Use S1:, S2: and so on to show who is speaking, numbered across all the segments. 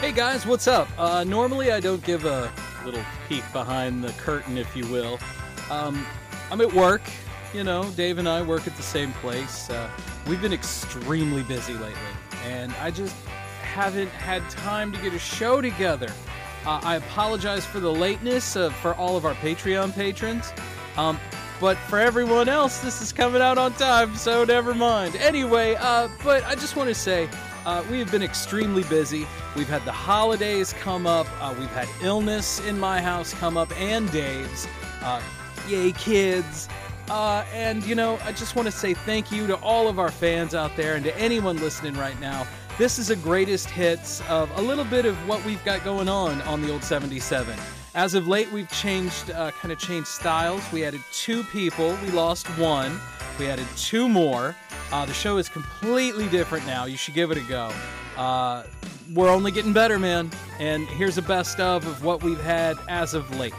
S1: Hey guys, what's up? Uh, normally I don't give a little peek behind the curtain, if you will. Um, I'm at work. You know, Dave and I work at the same place. Uh, we've been extremely busy lately, and I just haven't had time to get a show together. Uh, I apologize for the lateness uh, for all of our Patreon patrons. Um, but for everyone else, this is coming out on time, so never mind. Anyway, uh, but I just want to say uh, we have been extremely busy. We've had the holidays come up, uh, we've had illness in my house come up, and Dave's. Uh, yay, kids. Uh, and, you know, I just want to say thank you to all of our fans out there and to anyone listening right now. This is a greatest hits of a little bit of what we've got going on on the old 77. As of late, we've changed, uh, kind of changed styles. We added two people. We lost one. We added two more. Uh, the show is completely different now. You should give it a go. Uh, we're only getting better, man. And here's a best of of what we've had as of late.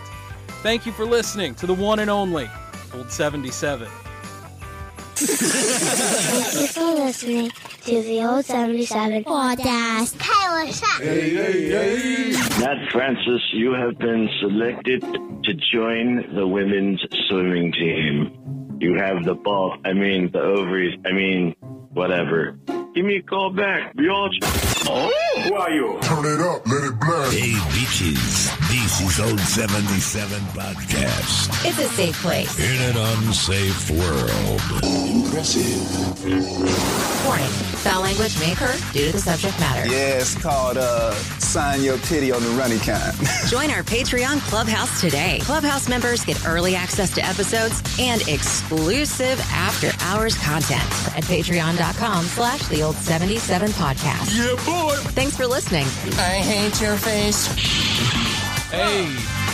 S1: Thank you for listening to the one and only Old 77.
S2: You're listening to the old 77 podcast. Hey, what's up?
S3: Nat Francis, you have been selected to join the women's swimming team. You have the ball. I mean, the ovaries. I mean, whatever. Give me a call back. We all.
S4: Who are you?
S5: Turn it up, let it blast.
S6: Hey, bitches, this is Old 77 Podcast
S7: It's a safe place.
S6: in an unsafe world.
S7: Warning. Foul language may occur due to the subject matter.
S8: Yeah, it's called uh, Sign Your Pity on the Runny Kind.
S7: Join our Patreon Clubhouse today. Clubhouse members get early access to episodes and exclusive after hours content at patreon.com slash the old 77 podcast. Yeah, boy. Thanks for listening.
S9: I hate your face.
S1: Hey,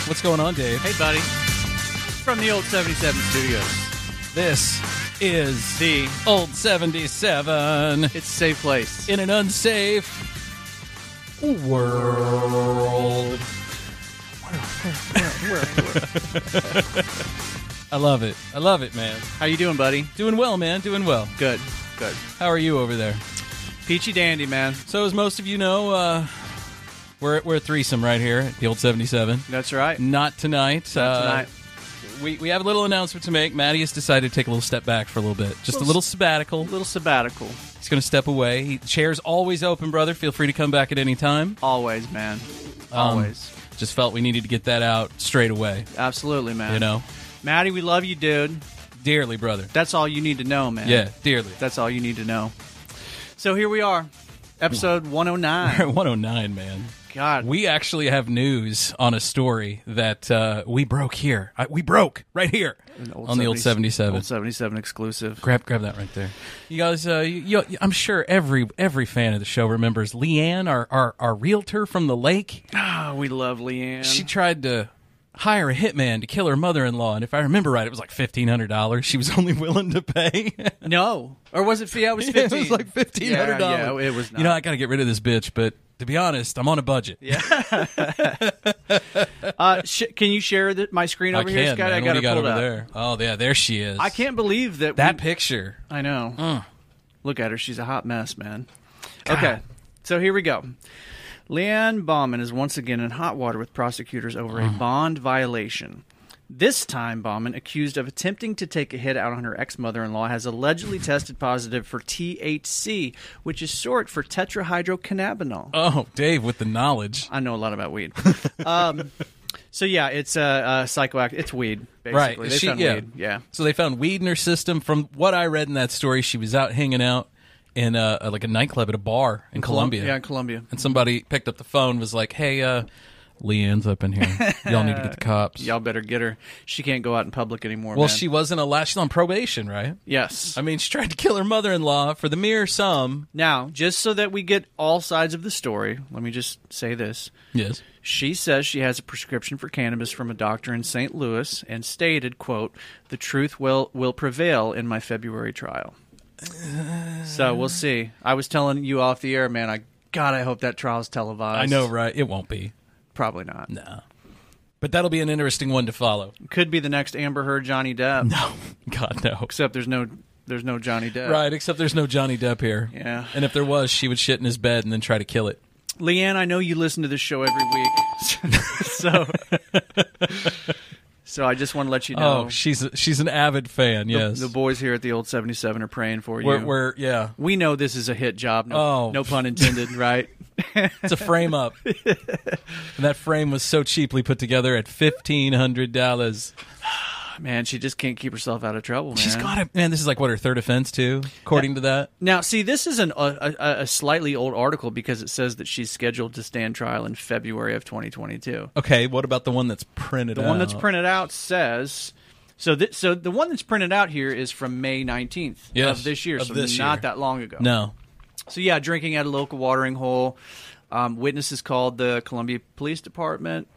S1: what's going on, Dave?
S10: Hey, buddy. From the old 77 studios.
S1: This is
S10: The
S1: Old 77
S10: It's a safe place.
S1: in an unsafe world. I love it. I love it, man.
S10: How you doing, buddy?
S1: Doing well, man. Doing well.
S10: Good. Good.
S1: How are you over there?
S10: Peachy dandy, man.
S1: So, as most of you know, uh, we're we're a threesome right here at the old seventy-seven.
S10: That's right.
S1: Not tonight. Uh,
S10: Not tonight.
S1: We we have a little announcement to make. Maddie has decided to take a little step back for a little bit, just a little sabbatical.
S10: A little sabbatical.
S1: He's going to step away. He, chair's always open, brother. Feel free to come back at any time.
S10: Always, man.
S1: Um,
S10: Always.
S1: Just felt we needed to get that out straight away.
S10: Absolutely, man.
S1: You know,
S10: Maddie, we love you, dude.
S1: dearly, brother.
S10: That's all you need to know, man.
S1: Yeah, dearly.
S10: That's all you need to know. So here we are. Episode 109.
S1: 109, man.
S10: God.
S1: We actually have news on a story that uh, we broke here. I, we broke right here on the old 77.
S10: Old 77 exclusive.
S1: Grab, grab that right there. You guys, uh, you, you, I'm sure every every fan of the show remembers Leanne, our our, our realtor from the lake.
S10: Oh, we love Leanne.
S1: She tried to hire a hitman to kill her mother-in-law, and if I remember right, it was like fifteen hundred dollars. She was only willing to pay.
S10: no. Or was it? Yeah, it was 15.
S1: it was like fifteen hundred
S10: Yeah,
S1: dollars.
S10: yeah, it was not.
S1: You know, I got to get rid of this bitch, but to be honest, I'm on a budget. Yeah,
S10: Uh, sh- can you share the, my screen
S1: I
S10: over here,
S1: can.
S10: Scott?
S1: man.
S10: I
S1: What
S10: got
S1: do you
S10: it
S1: got
S10: pulled
S1: over
S10: up.
S1: there. Oh yeah, there she is.
S10: I can't believe that
S1: That Mm.
S10: we-
S1: picture.
S10: I know. Look at her; she's a hot mess, man. Okay, so here we go. Leanne Bauman is once again in hot water with prosecutors over
S1: Mm.
S10: a bond violation. This time, Bauman, accused of attempting to take a hit out on her ex mother in law, has allegedly tested positive for THC, which is short for tetrahydrocannabinol.
S1: Oh, Dave, with the knowledge.
S10: I know a lot about weed. um, so, yeah, it's a uh, uh, psychoactive. It's weed, basically.
S1: Right.
S10: They
S1: She-
S10: found
S1: yeah.
S10: weed. Yeah.
S1: So they found weed in her system. From what I read in that story, she was out hanging out in uh like a nightclub at a bar in Colombia.
S10: Yeah, in Colombia.
S1: and somebody picked up the phone, was like, "Hey, uh, Leanne's up in here. Y'all need to get the cops."
S10: Y'all better get her. She can't go out in public anymore.
S1: Well,
S10: man.
S1: she wasn't allowed. She's on probation, right?
S10: Yes.
S1: I mean, she tried to kill her mother-in-law for the mere sum.
S10: now, just so that we get all sides of the story, let me just say this.
S1: Yes.
S10: She says she has a prescription for cannabis from a doctor in St. Louis and stated, quote, "The truth will will prevail in my February trial." So, we'll see. I was telling you off the air, man, I God, I hope that trial's televised.
S1: I know, right? It won't be.
S10: Probably not.
S1: But that'll be an interesting one to follow.
S10: Could be the next Amber Heard Johnny Depp.
S1: No, God no.
S10: Except there's no there's no Johnny Depp.
S1: Right, except there's no Johnny Depp here.
S10: Yeah.
S1: And if there was, she would shit in his bed and then try to kill it.
S10: Leanne, I know you listen to this show every week, so so I just want to let you know.
S1: Oh, she's she's an avid fan.
S10: the-
S1: Yes,
S10: the, boys here at the old seventy seven are praying for you.
S1: we're, we're yeah,
S10: we know this is a hit job. No,
S1: Oh.
S10: no pun intended, right?
S1: it's a frame up, and that frame was so cheaply put together at fifteen hundred dollars.
S10: Man, she just can't keep herself out of trouble. Man.
S1: She's got it, man. This is like what her third offense too, according to that.
S10: Now, see, this is an, a, a, a slightly old article because it says that she's scheduled to stand trial in February of 2022.
S1: Okay, what about the one that's printed?
S10: The one that's printed out says so. Th- so the one that's printed out here is from May 19th
S1: Yes,
S10: of this year,
S1: of
S10: so
S1: this
S10: not
S1: year.
S10: that long ago.
S1: No,
S10: So yeah, drinking at a local watering hole. Um, witnesses called the Columbia Police Department.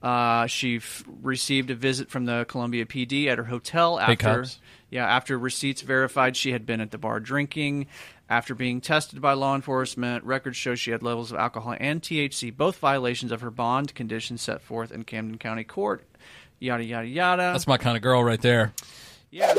S10: Uh, she f- received a visit from the Columbia PD at her hotel after.
S1: cops.
S10: Yeah, after receipts verified she had been at the bar drinking. After being tested by law enforcement, records show she had levels of alcohol and THC, both violations of her bond conditions set forth in Camden County Court. Yada yada yada.
S1: that's my kind of girl right there.
S10: Yeah.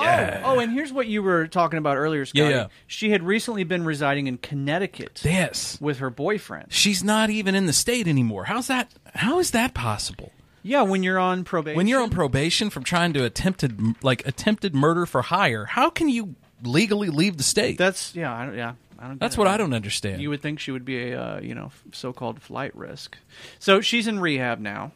S10: Oh, oh, and here's what you were talking about earlier, Scotty.
S1: yeah.
S10: She had recently been residing in Connecticut
S1: Yes,
S10: with her boyfriend.
S1: she's not even in the state anymore. How's that? How is that possible?
S10: Yeah, when you're on probation.
S1: When you're on probation from trying to attempted like attempted murder for hire, how can you legally leave the state?
S10: that's yeah, I don't, yeah, I don't. get
S1: That's
S10: it.
S1: what I don't understand.
S10: You would think she would be a uh, you know f- so-called flight risk. So she's in rehab now.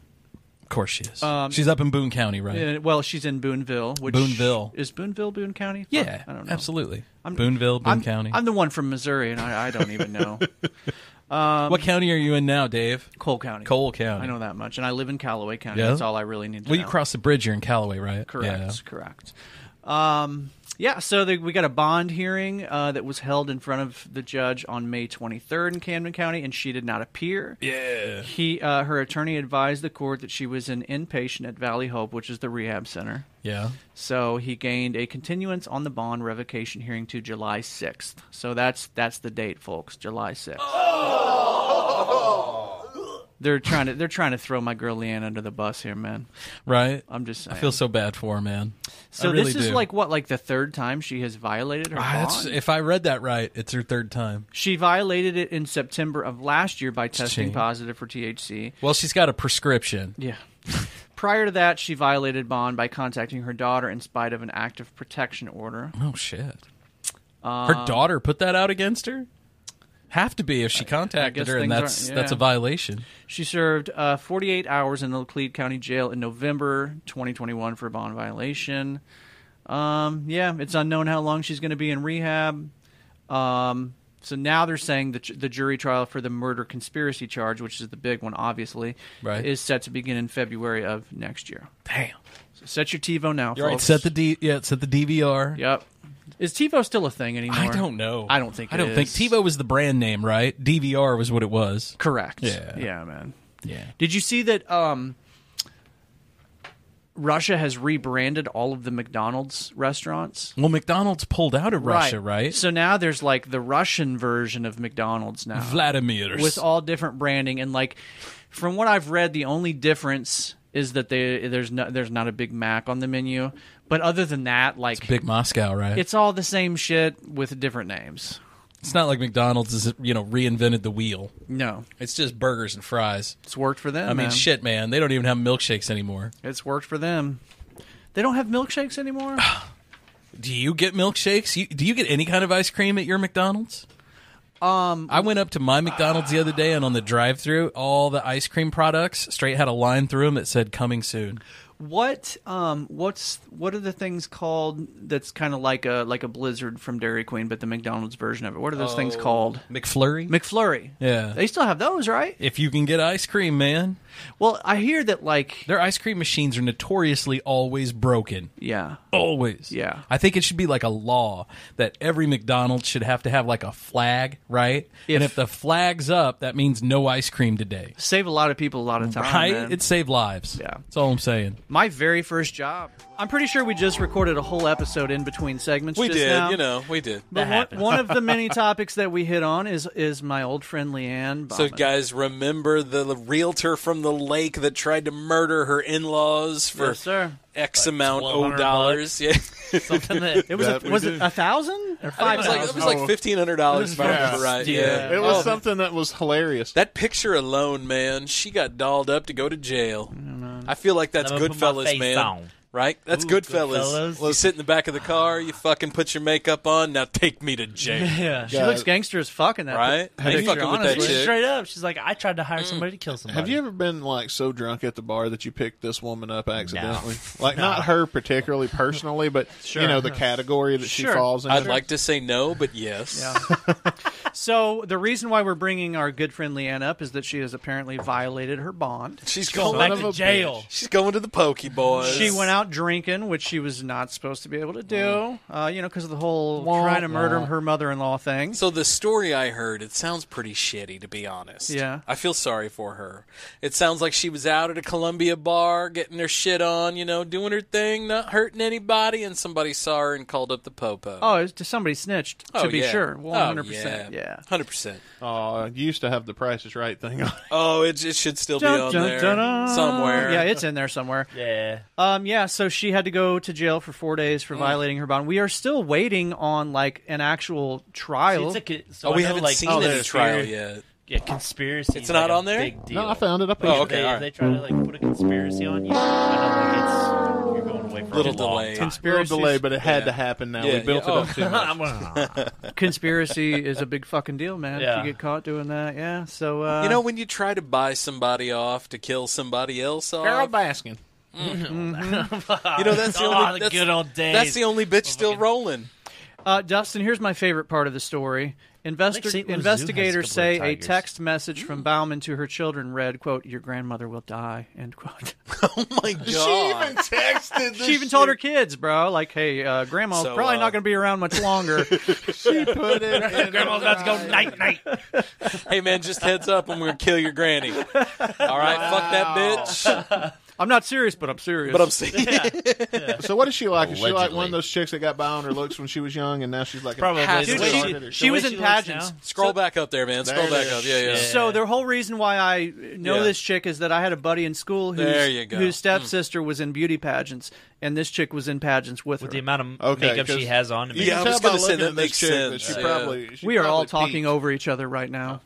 S1: of course she is.
S10: Um,
S1: she's up in Boone County, right?
S10: Uh, well, she's in Booneville. Which
S1: Booneville.
S10: is Booneville Boone County?
S1: Yeah,
S10: I don't know.
S1: absolutely. Booneville, Boone
S10: I'm,
S1: County.
S10: I'm the one from Missouri, and I, I don't even know
S1: what county are you in now, Dave?
S10: Cole County.
S1: Cole County.
S10: I know that much, and I live in Callaway County.
S1: Yeah?
S10: That's all I really need to
S1: Well,
S10: know.
S1: you cross the bridge, you're in Callaway, right?
S10: Correct.
S1: Yeah.
S10: Correct. Um, yeah. So the, we got a bond hearing uh, that was held in front of the judge on May 23rd in Camden County, and she did not appear. Yeah. He, uh, her attorney, advised the court that she was an inpatient at Valley Hope, which is the rehab center.
S1: Yeah.
S10: So he gained a continuance on the bond revocation hearing to July 6th. So that's that's the date, folks. July 6th. They're trying to they're trying to throw my girl Leanne under the bus here, man.
S1: Right?
S10: I'm just saying.
S1: I feel so bad for her, man.
S10: So
S1: I really
S10: this is
S1: do.
S10: like what, like the third time she has violated her
S1: Ah, that's-
S10: bond?
S1: if I read that right, it's her third time.
S10: she violated it in September of last year by testing
S1: Shame.
S10: positive for THC.
S1: Well, she's got a prescription.
S10: Yeah. Prior to that, she violated bond by contacting her daughter in spite of an active protection order.
S1: Oh shit.
S10: Um,
S1: her daughter put that out against her? Have to be if she contacted
S10: guess
S1: her and
S10: things
S1: that's
S10: aren't-
S1: that's a
S10: yeah.
S1: violation.
S10: She served uh, 48 hours in the Cleve County Jail in November 2021 for a bond violation. Um, yeah, it's unknown how long she's going to be in rehab. Um, so now they're saying that ju- the jury trial for the murder conspiracy charge, which is the big one, obviously,
S1: Right.
S10: is set to begin in February of next year.
S1: Damn.
S10: So set your TiVo now.
S1: You're right.
S10: folks.
S1: Set the D yeah, set the DVR.
S10: Yep. Is TiVo still a thing anymore?
S1: I don't know.
S10: I don't think.
S1: I
S10: it
S1: don't think
S10: is.
S1: TiVo was the brand name, right? DVR was what it was.
S10: Correct.
S1: Yeah.
S10: Yeah, man.
S1: Yeah.
S10: Did you see that um, Russia has rebranded all of the McDonald's restaurants?
S1: Well, McDonald's pulled out of Russia, right?
S10: So now there's like the Russian version of McDonald's now.
S1: Vladimir's.
S10: With all different branding and like from what I've read the only difference is that they there's no, there's not a Big Mac on the menu, but other than that like it's,
S1: Big Moscow, right? It's,
S10: all the same shit with different names.
S1: not like McDonald's is you know reinvented the wheel.
S10: No,
S1: It's just burgers and fries.
S10: it's worked for them.
S1: I mean,
S10: man.
S1: shit, man, they don't even have milkshakes anymore.
S10: It's worked for them. They don't have milkshakes anymore.
S1: Do you get milkshakes? You, do you get any kind of ice cream at your McDonald's? Um, I went up to my McDonald's the other day, and on the drive-through, all the ice cream products straight had a line through them that said "Coming soon."
S10: What um what's what are the things called that's kind of like a like a blizzard from Dairy Queen but the McDonald's version of it. What are those
S1: Oh,
S10: things called?
S1: McFlurry.
S10: McFlurry.
S1: Yeah.
S10: They still have those, right?
S1: if you can get ice cream, man,
S10: Well, I hear that like
S1: their ice cream machines are notoriously always broken.
S10: yeah.
S1: Always.
S10: Yeah.
S1: I think it should be like a law that every McDonald's should have to have like a flag, right? and
S10: If-
S1: if the flag's up, that means no ice cream today.
S10: Save a lot of people a lot of time.
S1: Right?
S10: man.
S1: It saved lives.
S10: Yeah.
S1: That's all I'm saying.
S10: my very first job. I'm pretty sure we just recorded a whole episode in between segments just now.
S1: know, we did.
S10: But one, one of the many topics that we hit on is is my old friend Leanne. Bauman.
S1: guys, remember the realtor from the lake that tried to murder her in-laws for
S10: Yes, sir.
S1: X amount
S9: of $1,200 dollars.
S1: Yeah. something that
S10: It was
S6: That
S10: a,
S6: we
S10: was
S6: did.
S10: it a thousand or
S1: I
S10: five
S1: think it was like
S10: thousand? Oh,
S1: it was like fifteen hundred dollars if I remember right. Yeah,
S6: It was
S1: Oh,
S6: something that was hilarious.
S1: That picture alone, man, she got dolled up to go to jail. I feel like that's
S6: Let me put my
S1: Goodfellas,
S6: face
S1: man.
S6: on.
S1: Right? That's
S6: Ooh,
S1: Goodfellas. You sit in the back of the car, you fucking put your makeup on, now take me to jail.
S10: Yeah. She looks gangster as fuck in that
S1: Right?
S10: pic- picture,
S1: Ain't fucking with that
S10: honestly.
S1: shit.
S9: Straight up, she's like, I tried to hire somebody to kill somebody.
S6: Have you ever been like so drunk at the bar that you picked this woman up accidentally? Like
S9: No.
S6: not her particularly personally, but
S10: Sure.
S6: you know the category that she falls in.
S1: I'd like to say no, but yes.
S10: So the reason why we're bringing our good friend Leanne up is that she has apparently violated her bond.
S1: She's going back to jail. She's going to the pokey boys.
S10: She went out drinking, which she was not supposed to be able to
S6: Mm.
S10: do. Uh, you know, because of the whole trying to murder
S1: wah.
S10: her mother-in-law thing.
S1: So the story I heard, it sounds pretty shitty to be honest.
S10: Yeah.
S1: I feel sorry for her. It sounds like she was out at a Columbia bar getting her shit on, you know, doing her thing, not hurting anybody, and somebody saw her and called up the popo.
S10: Oh, it was to somebody snitched to
S1: Oh,
S10: be
S1: yeah.
S10: sure,
S1: Oh,
S10: one hundred percent.
S1: yeah.
S10: Yeah,
S1: hundred percent.
S6: Oh, you used to have the Price is Right thing on.
S1: Oh, it, it should still be
S10: Dun,
S1: on
S10: dun,
S1: there
S10: dun, dun.
S1: somewhere.
S10: Yeah, it's in there somewhere.
S9: Yeah.
S10: Um, yeah, so she had to go to jail for four days
S1: Mm.
S10: for violating her bond. We are still waiting on like an actual trial.
S9: See, it's a co- so Oh, we I know, haven't like, seen
S10: Oh,
S9: it in
S10: there's-
S9: trial yet. Yeah, conspiracy.
S1: It's
S9: is
S1: not
S9: like a
S1: on there? Oh,
S9: Big deal.
S6: No, I found it. I
S9: If
S6: pictured
S9: They,
S6: it.
S9: if they try to like put a conspiracy on you. I don't think it's you're going away for
S1: Little
S9: a long
S1: delay. Oh.
S9: Time.
S6: Conspiracy delay, but it had to happen. Now we built it up too much.
S10: Conspiracy is a big fucking deal, man.
S1: Yeah.
S10: If you get caught doing that, yeah. So uh,
S1: you know when you try to buy somebody off to kill somebody else off.
S6: Carol Baskin.
S1: Mhm. you know that's the
S9: Oh,
S1: only
S9: the
S1: that's,
S9: good old days.
S1: That's the only bitch still rolling.
S10: Uh, Dustin, here's my favorite part of the story.
S1: I think
S10: Investi-
S1: St. Louis Zoo
S10: investigators
S1: has a couple
S10: say
S1: of
S10: a
S1: tigers.
S10: text message from Bauman to her children read, "quote Your grandmother will die." End quote.
S1: oh my god!
S10: even
S6: texted.
S10: she even told her kids, bro, like, "Hey, uh, grandma's
S1: So,
S10: probably
S1: uh,
S10: not going to be around much longer." she put it.
S9: Grandma's about to go night night.
S1: hey man, just heads up, I'm gonna kill your granny. All right, fuck that bitch.
S10: I'm not serious, but I'm serious.
S1: But I'm serious.
S6: So what is she like? Is she like
S1: Allegedly.
S6: one of those chicks that got by on her looks when she was young, and now she's like
S1: Probably.
S6: A
S1: Dude, she-
S6: retarded or
S10: she was
S6: something?
S10: in pageants.
S1: Scroll back up there, man. Scroll
S6: There it
S1: back
S6: is.
S1: up. Yeah, yeah.
S10: So the whole reason why I know
S1: Yeah.
S10: this chick is that I had a buddy in school whose,
S1: There you go. Hmm.
S10: whose stepsister was in beauty pageants, and this chick was in pageants with, her.
S9: the amount of Okay, makeup she 'cause has on, it
S6: you can tell by looking at this chick that she probably- she
S10: we are all
S6: probably
S10: talking
S6: peaked.
S10: over each other right now.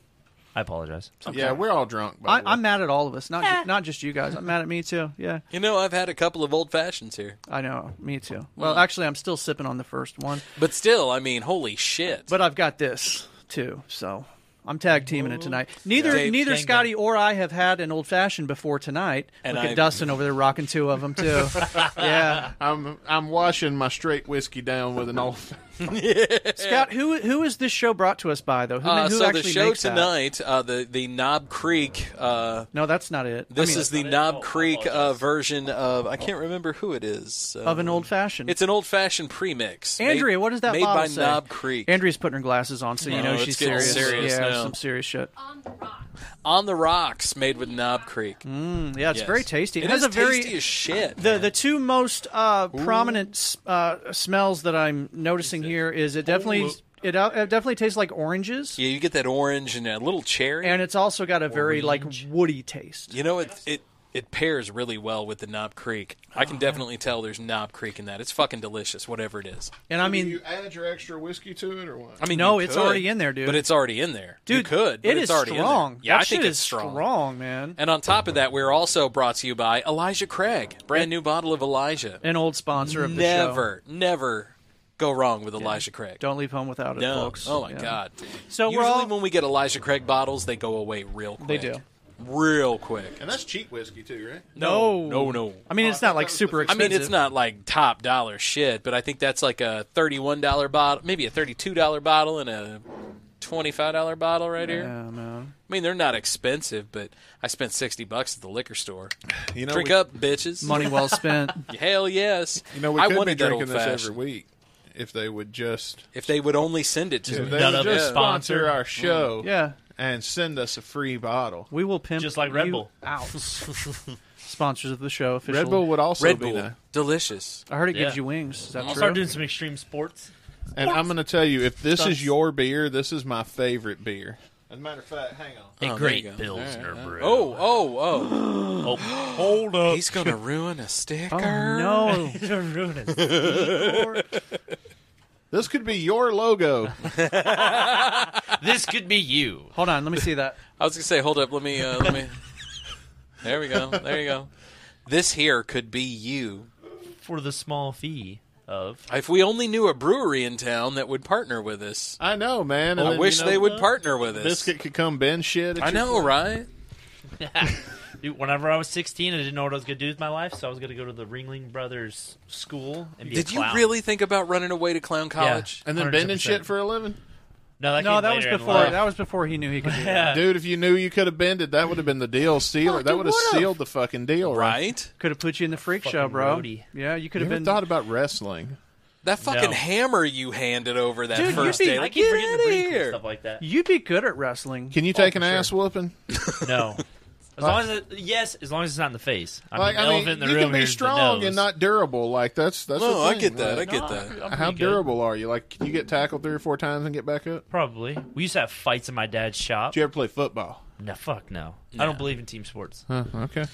S9: I apologize.
S1: Oh,
S6: Yeah, we're all drunk. By
S10: I,
S6: the way.
S10: I'm mad at all of us, not ju- not just you guys. I'm mad at me too. Yeah,
S1: You know, I've had a couple of old fashions here,
S10: I know, me too. Well, actually, I'm still sipping on the first one,
S1: but still, I mean, holy shit!
S10: but I've got this too, so I'm tag teaming it tonight. Neither
S1: Yeah.
S10: neither
S1: Gang
S10: Scotty or I have had an old fashioned before tonight.
S6: And
S10: Look
S6: I-
S10: at Dustin over there rocking two of them too. yeah,
S6: I'm I'm washing my straight whiskey down with an old.
S10: Scout, who who is this show brought to us by though? Who,
S1: Uh,
S10: who
S1: so
S10: actually
S1: the show
S10: makes that?
S1: tonight, uh, the the Knob Creek. Uh,
S10: No, that's not it. I
S1: This
S10: mean-
S1: is the Knob Creek uh, version of I can't remember who it is um,
S10: Of an old fashioned.
S1: It's an old fashioned premix.
S10: Andrea,
S1: made,
S10: what does that
S1: made
S10: bottle
S1: by
S10: say?
S1: Knob Creek?
S10: Andrea's putting her glasses on, so you
S1: Oh,
S10: know
S1: it's
S10: she's
S1: getting
S10: serious.
S1: serious
S10: yeah,
S1: now.
S10: some serious shit.
S1: On the rocks, made with Knob Creek.
S10: Mm, yeah, it's
S1: Yes.
S10: very tasty.
S1: It
S10: has
S1: is
S10: a very
S1: tasty as shit.
S10: The the two most uh, prominent s- uh, smells that I'm noticing here is it definitely it, uh, it definitely tastes like oranges,
S1: Yeah, you get that orange and that little cherry.
S10: and it's also got a very like woody taste.
S1: You know, it it it pairs really well with the Knob Creek. I
S10: Oh.
S1: can definitely tell there's Knob Creek in that. It's fucking delicious, whatever it is.
S10: And I
S6: Do
S10: mean,
S6: you add your extra whiskey to it or what?
S1: I mean,
S10: no,
S1: you
S10: it's
S1: could,
S10: already in there, dude.
S1: But it's already in there.
S10: dude,
S1: you could. But
S10: it
S1: it's
S10: is
S1: already in there.
S10: strong.
S1: Yeah,
S10: That
S1: I think
S10: shit
S1: it's
S10: is
S1: strong.
S10: strong, man.
S1: And on top of that, we're also brought to you by Elijah Craig, brand new bottle of Elijah.
S10: An old sponsor of the show.
S1: never, never go wrong with Elijah Craig.
S10: Don't leave home without it,
S1: no.
S10: folks.
S1: Oh my
S10: Yeah.
S1: God.
S10: So
S1: usually
S10: we're all
S1: when we get Elijah Craig bottles, they go away real quick.
S10: They do.
S1: real quick.
S6: And that's cheap whiskey too, right?
S1: No, no, no. Uh,
S10: I mean, it's not like super
S1: I
S10: expensive.
S1: mean, it's not like top dollar shit, but I think that's like a thirty-one dollar bottle, maybe a thirty-two dollar bottle, and a twenty-five dollar bottle right here.
S10: Yeah, man.
S1: I mean, they're not expensive, but I spent sixty bucks at the liquor store.
S6: You know,
S1: drink
S6: we-
S1: up, bitches.
S10: Money well spent.
S1: Hell yes.
S6: You know, we
S1: I
S6: could be
S1: wanted that
S6: drinking this
S1: old-fashioned.
S6: every week if they would just
S1: If they would only send it to
S6: if
S1: me.
S6: they would just sponsor our show,
S10: Yeah.
S6: and send us a free bottle.
S10: We will pimp
S9: Just like Red
S10: you
S9: Bull.
S10: out. Sponsors of the show, official.
S6: Red Bull would also
S1: Red
S6: be
S1: Bull,
S6: nice.
S1: delicious.
S10: I heard it
S9: Yeah.
S10: gives you wings. Is that
S9: I'll
S10: true?
S9: start doing some
S1: Oh,
S9: extreme sports.
S6: And I'm going to tell you, if this
S9: Stunts.
S6: is your beer, this is my favorite beer. As a matter of fact, hang
S1: A
S6: on.
S1: Oh, there you great go. Pilsner All right, brew. Oh,
S6: oh,
S1: oh. hold up. He's going to ruin a sticker.
S10: Oh, no.
S1: He's going to ruin a
S6: This could be your logo.
S1: this could be you.
S10: Hold on, let me see that.
S1: I was going to say, hold up. Let me, uh, let me. There we go. There you go. This here could be you.
S9: For the small fee of.
S1: If we only knew a brewery in town that would partner with us.
S6: I know, man. And
S1: I
S6: then,
S1: wish
S6: you know
S1: they would
S6: what?
S1: partner with us.
S6: Biscuit could come bend shit. At
S1: I
S6: your
S1: know, right?
S9: Dude, whenever I was 16, I didn't know what I was going to do with my life, so I was going to go to the Ringling Brothers school and be a
S1: Did you
S9: clown.
S1: really think about running away to clown college?
S6: And then bending shit for a living?
S9: No, that,
S10: no,
S9: came
S10: that was
S9: later in
S10: before.
S9: life.
S10: That was before he knew he could. do that.
S6: Dude, if you knew you could have bended, that would have been the deal sealer. That would have sealed the fucking deal,
S1: right?
S10: Could have put you in the freak show,
S6: Fucking
S10: bro.
S6: roadie.
S10: Yeah, you could
S6: You
S10: have
S6: ever
S10: been.
S6: thought about wrestling.
S1: That fucking
S10: No.
S1: hammer you handed over that
S10: Dude, you'd
S1: first
S10: be-
S1: day.
S10: I
S1: Like,
S10: keep
S1: get
S10: forgetting
S1: out
S10: to
S1: of
S10: bring food and
S1: here.
S10: stuff
S9: like that.
S10: You'd be good at wrestling.
S6: Can you take an ass whooping?
S9: No. As long as it, yes, as long as it's not in the face. I
S6: Like,
S9: mean,
S6: I
S9: elephant
S6: mean,
S9: in the
S6: you
S9: room
S6: can be
S9: here's the
S6: strong
S9: nose.
S6: and not durable. Like that's that's.
S9: No,
S6: the
S9: I
S6: thing.
S9: get that,
S6: Like,
S9: I get No, that. I'm- I'm
S6: How
S9: pretty good.
S6: durable are you? Like, can you get tackled three or four times and get back up?
S9: Probably. We used to have fights in my dad's shop. Did
S6: you ever play football?
S9: No, fuck no.
S6: No.
S9: I don't believe in team sports.
S6: Huh, okay.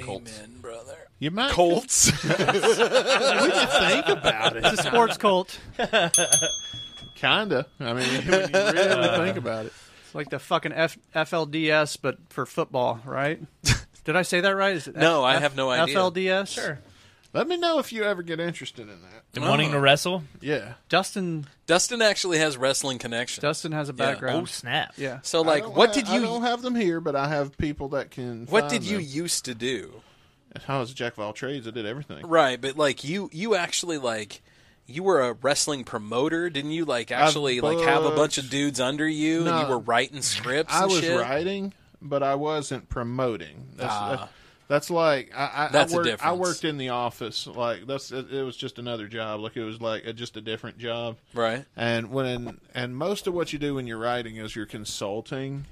S1: Amen, brother.
S6: You might
S1: Colts.
S6: we just think about it.
S10: It's a sports cult.
S6: Kinda. I mean, when you really
S9: Uh.
S6: think about it.
S10: It's like the fucking F- FLDS, but for football, right? Did I say that right? Is it
S1: No,
S10: I
S1: I have no idea.
S10: FLDS.
S6: Sure. Let me know if you ever get interested in that.
S9: And wanting to wrestle?
S6: Yeah.
S10: Dustin.
S1: Oh. Dustin actually has wrestling connections.
S10: Dustin has a background.
S9: Oh, snap.
S10: Yeah.
S1: So,
S6: I
S1: like,
S6: don't
S1: what
S6: ha-
S1: did
S6: I
S1: you
S6: don't have them here, but I have people that can.
S1: what
S6: find
S1: did you
S6: them.
S1: used to do?
S6: I was a jack of all trades. I did everything.
S1: Right, but like you, you actually like you were a wrestling promoter, didn't you? Like
S6: I've
S1: actually, like have a
S6: booked-
S1: bunch of dudes under you, and
S6: No.
S1: you were writing scripts.
S6: I
S1: and
S6: was
S1: shit?
S6: writing, but I wasn't promoting. That's,
S1: Ah.
S6: that- that's like I, I,
S1: That's
S6: I
S1: a
S6: worked, I
S1: difference.
S6: worked in the office. Like that's it, it was just another job. Like it was like a, just a different job.
S1: Right.
S6: And when and most of what you do when you're writing is you're consulting.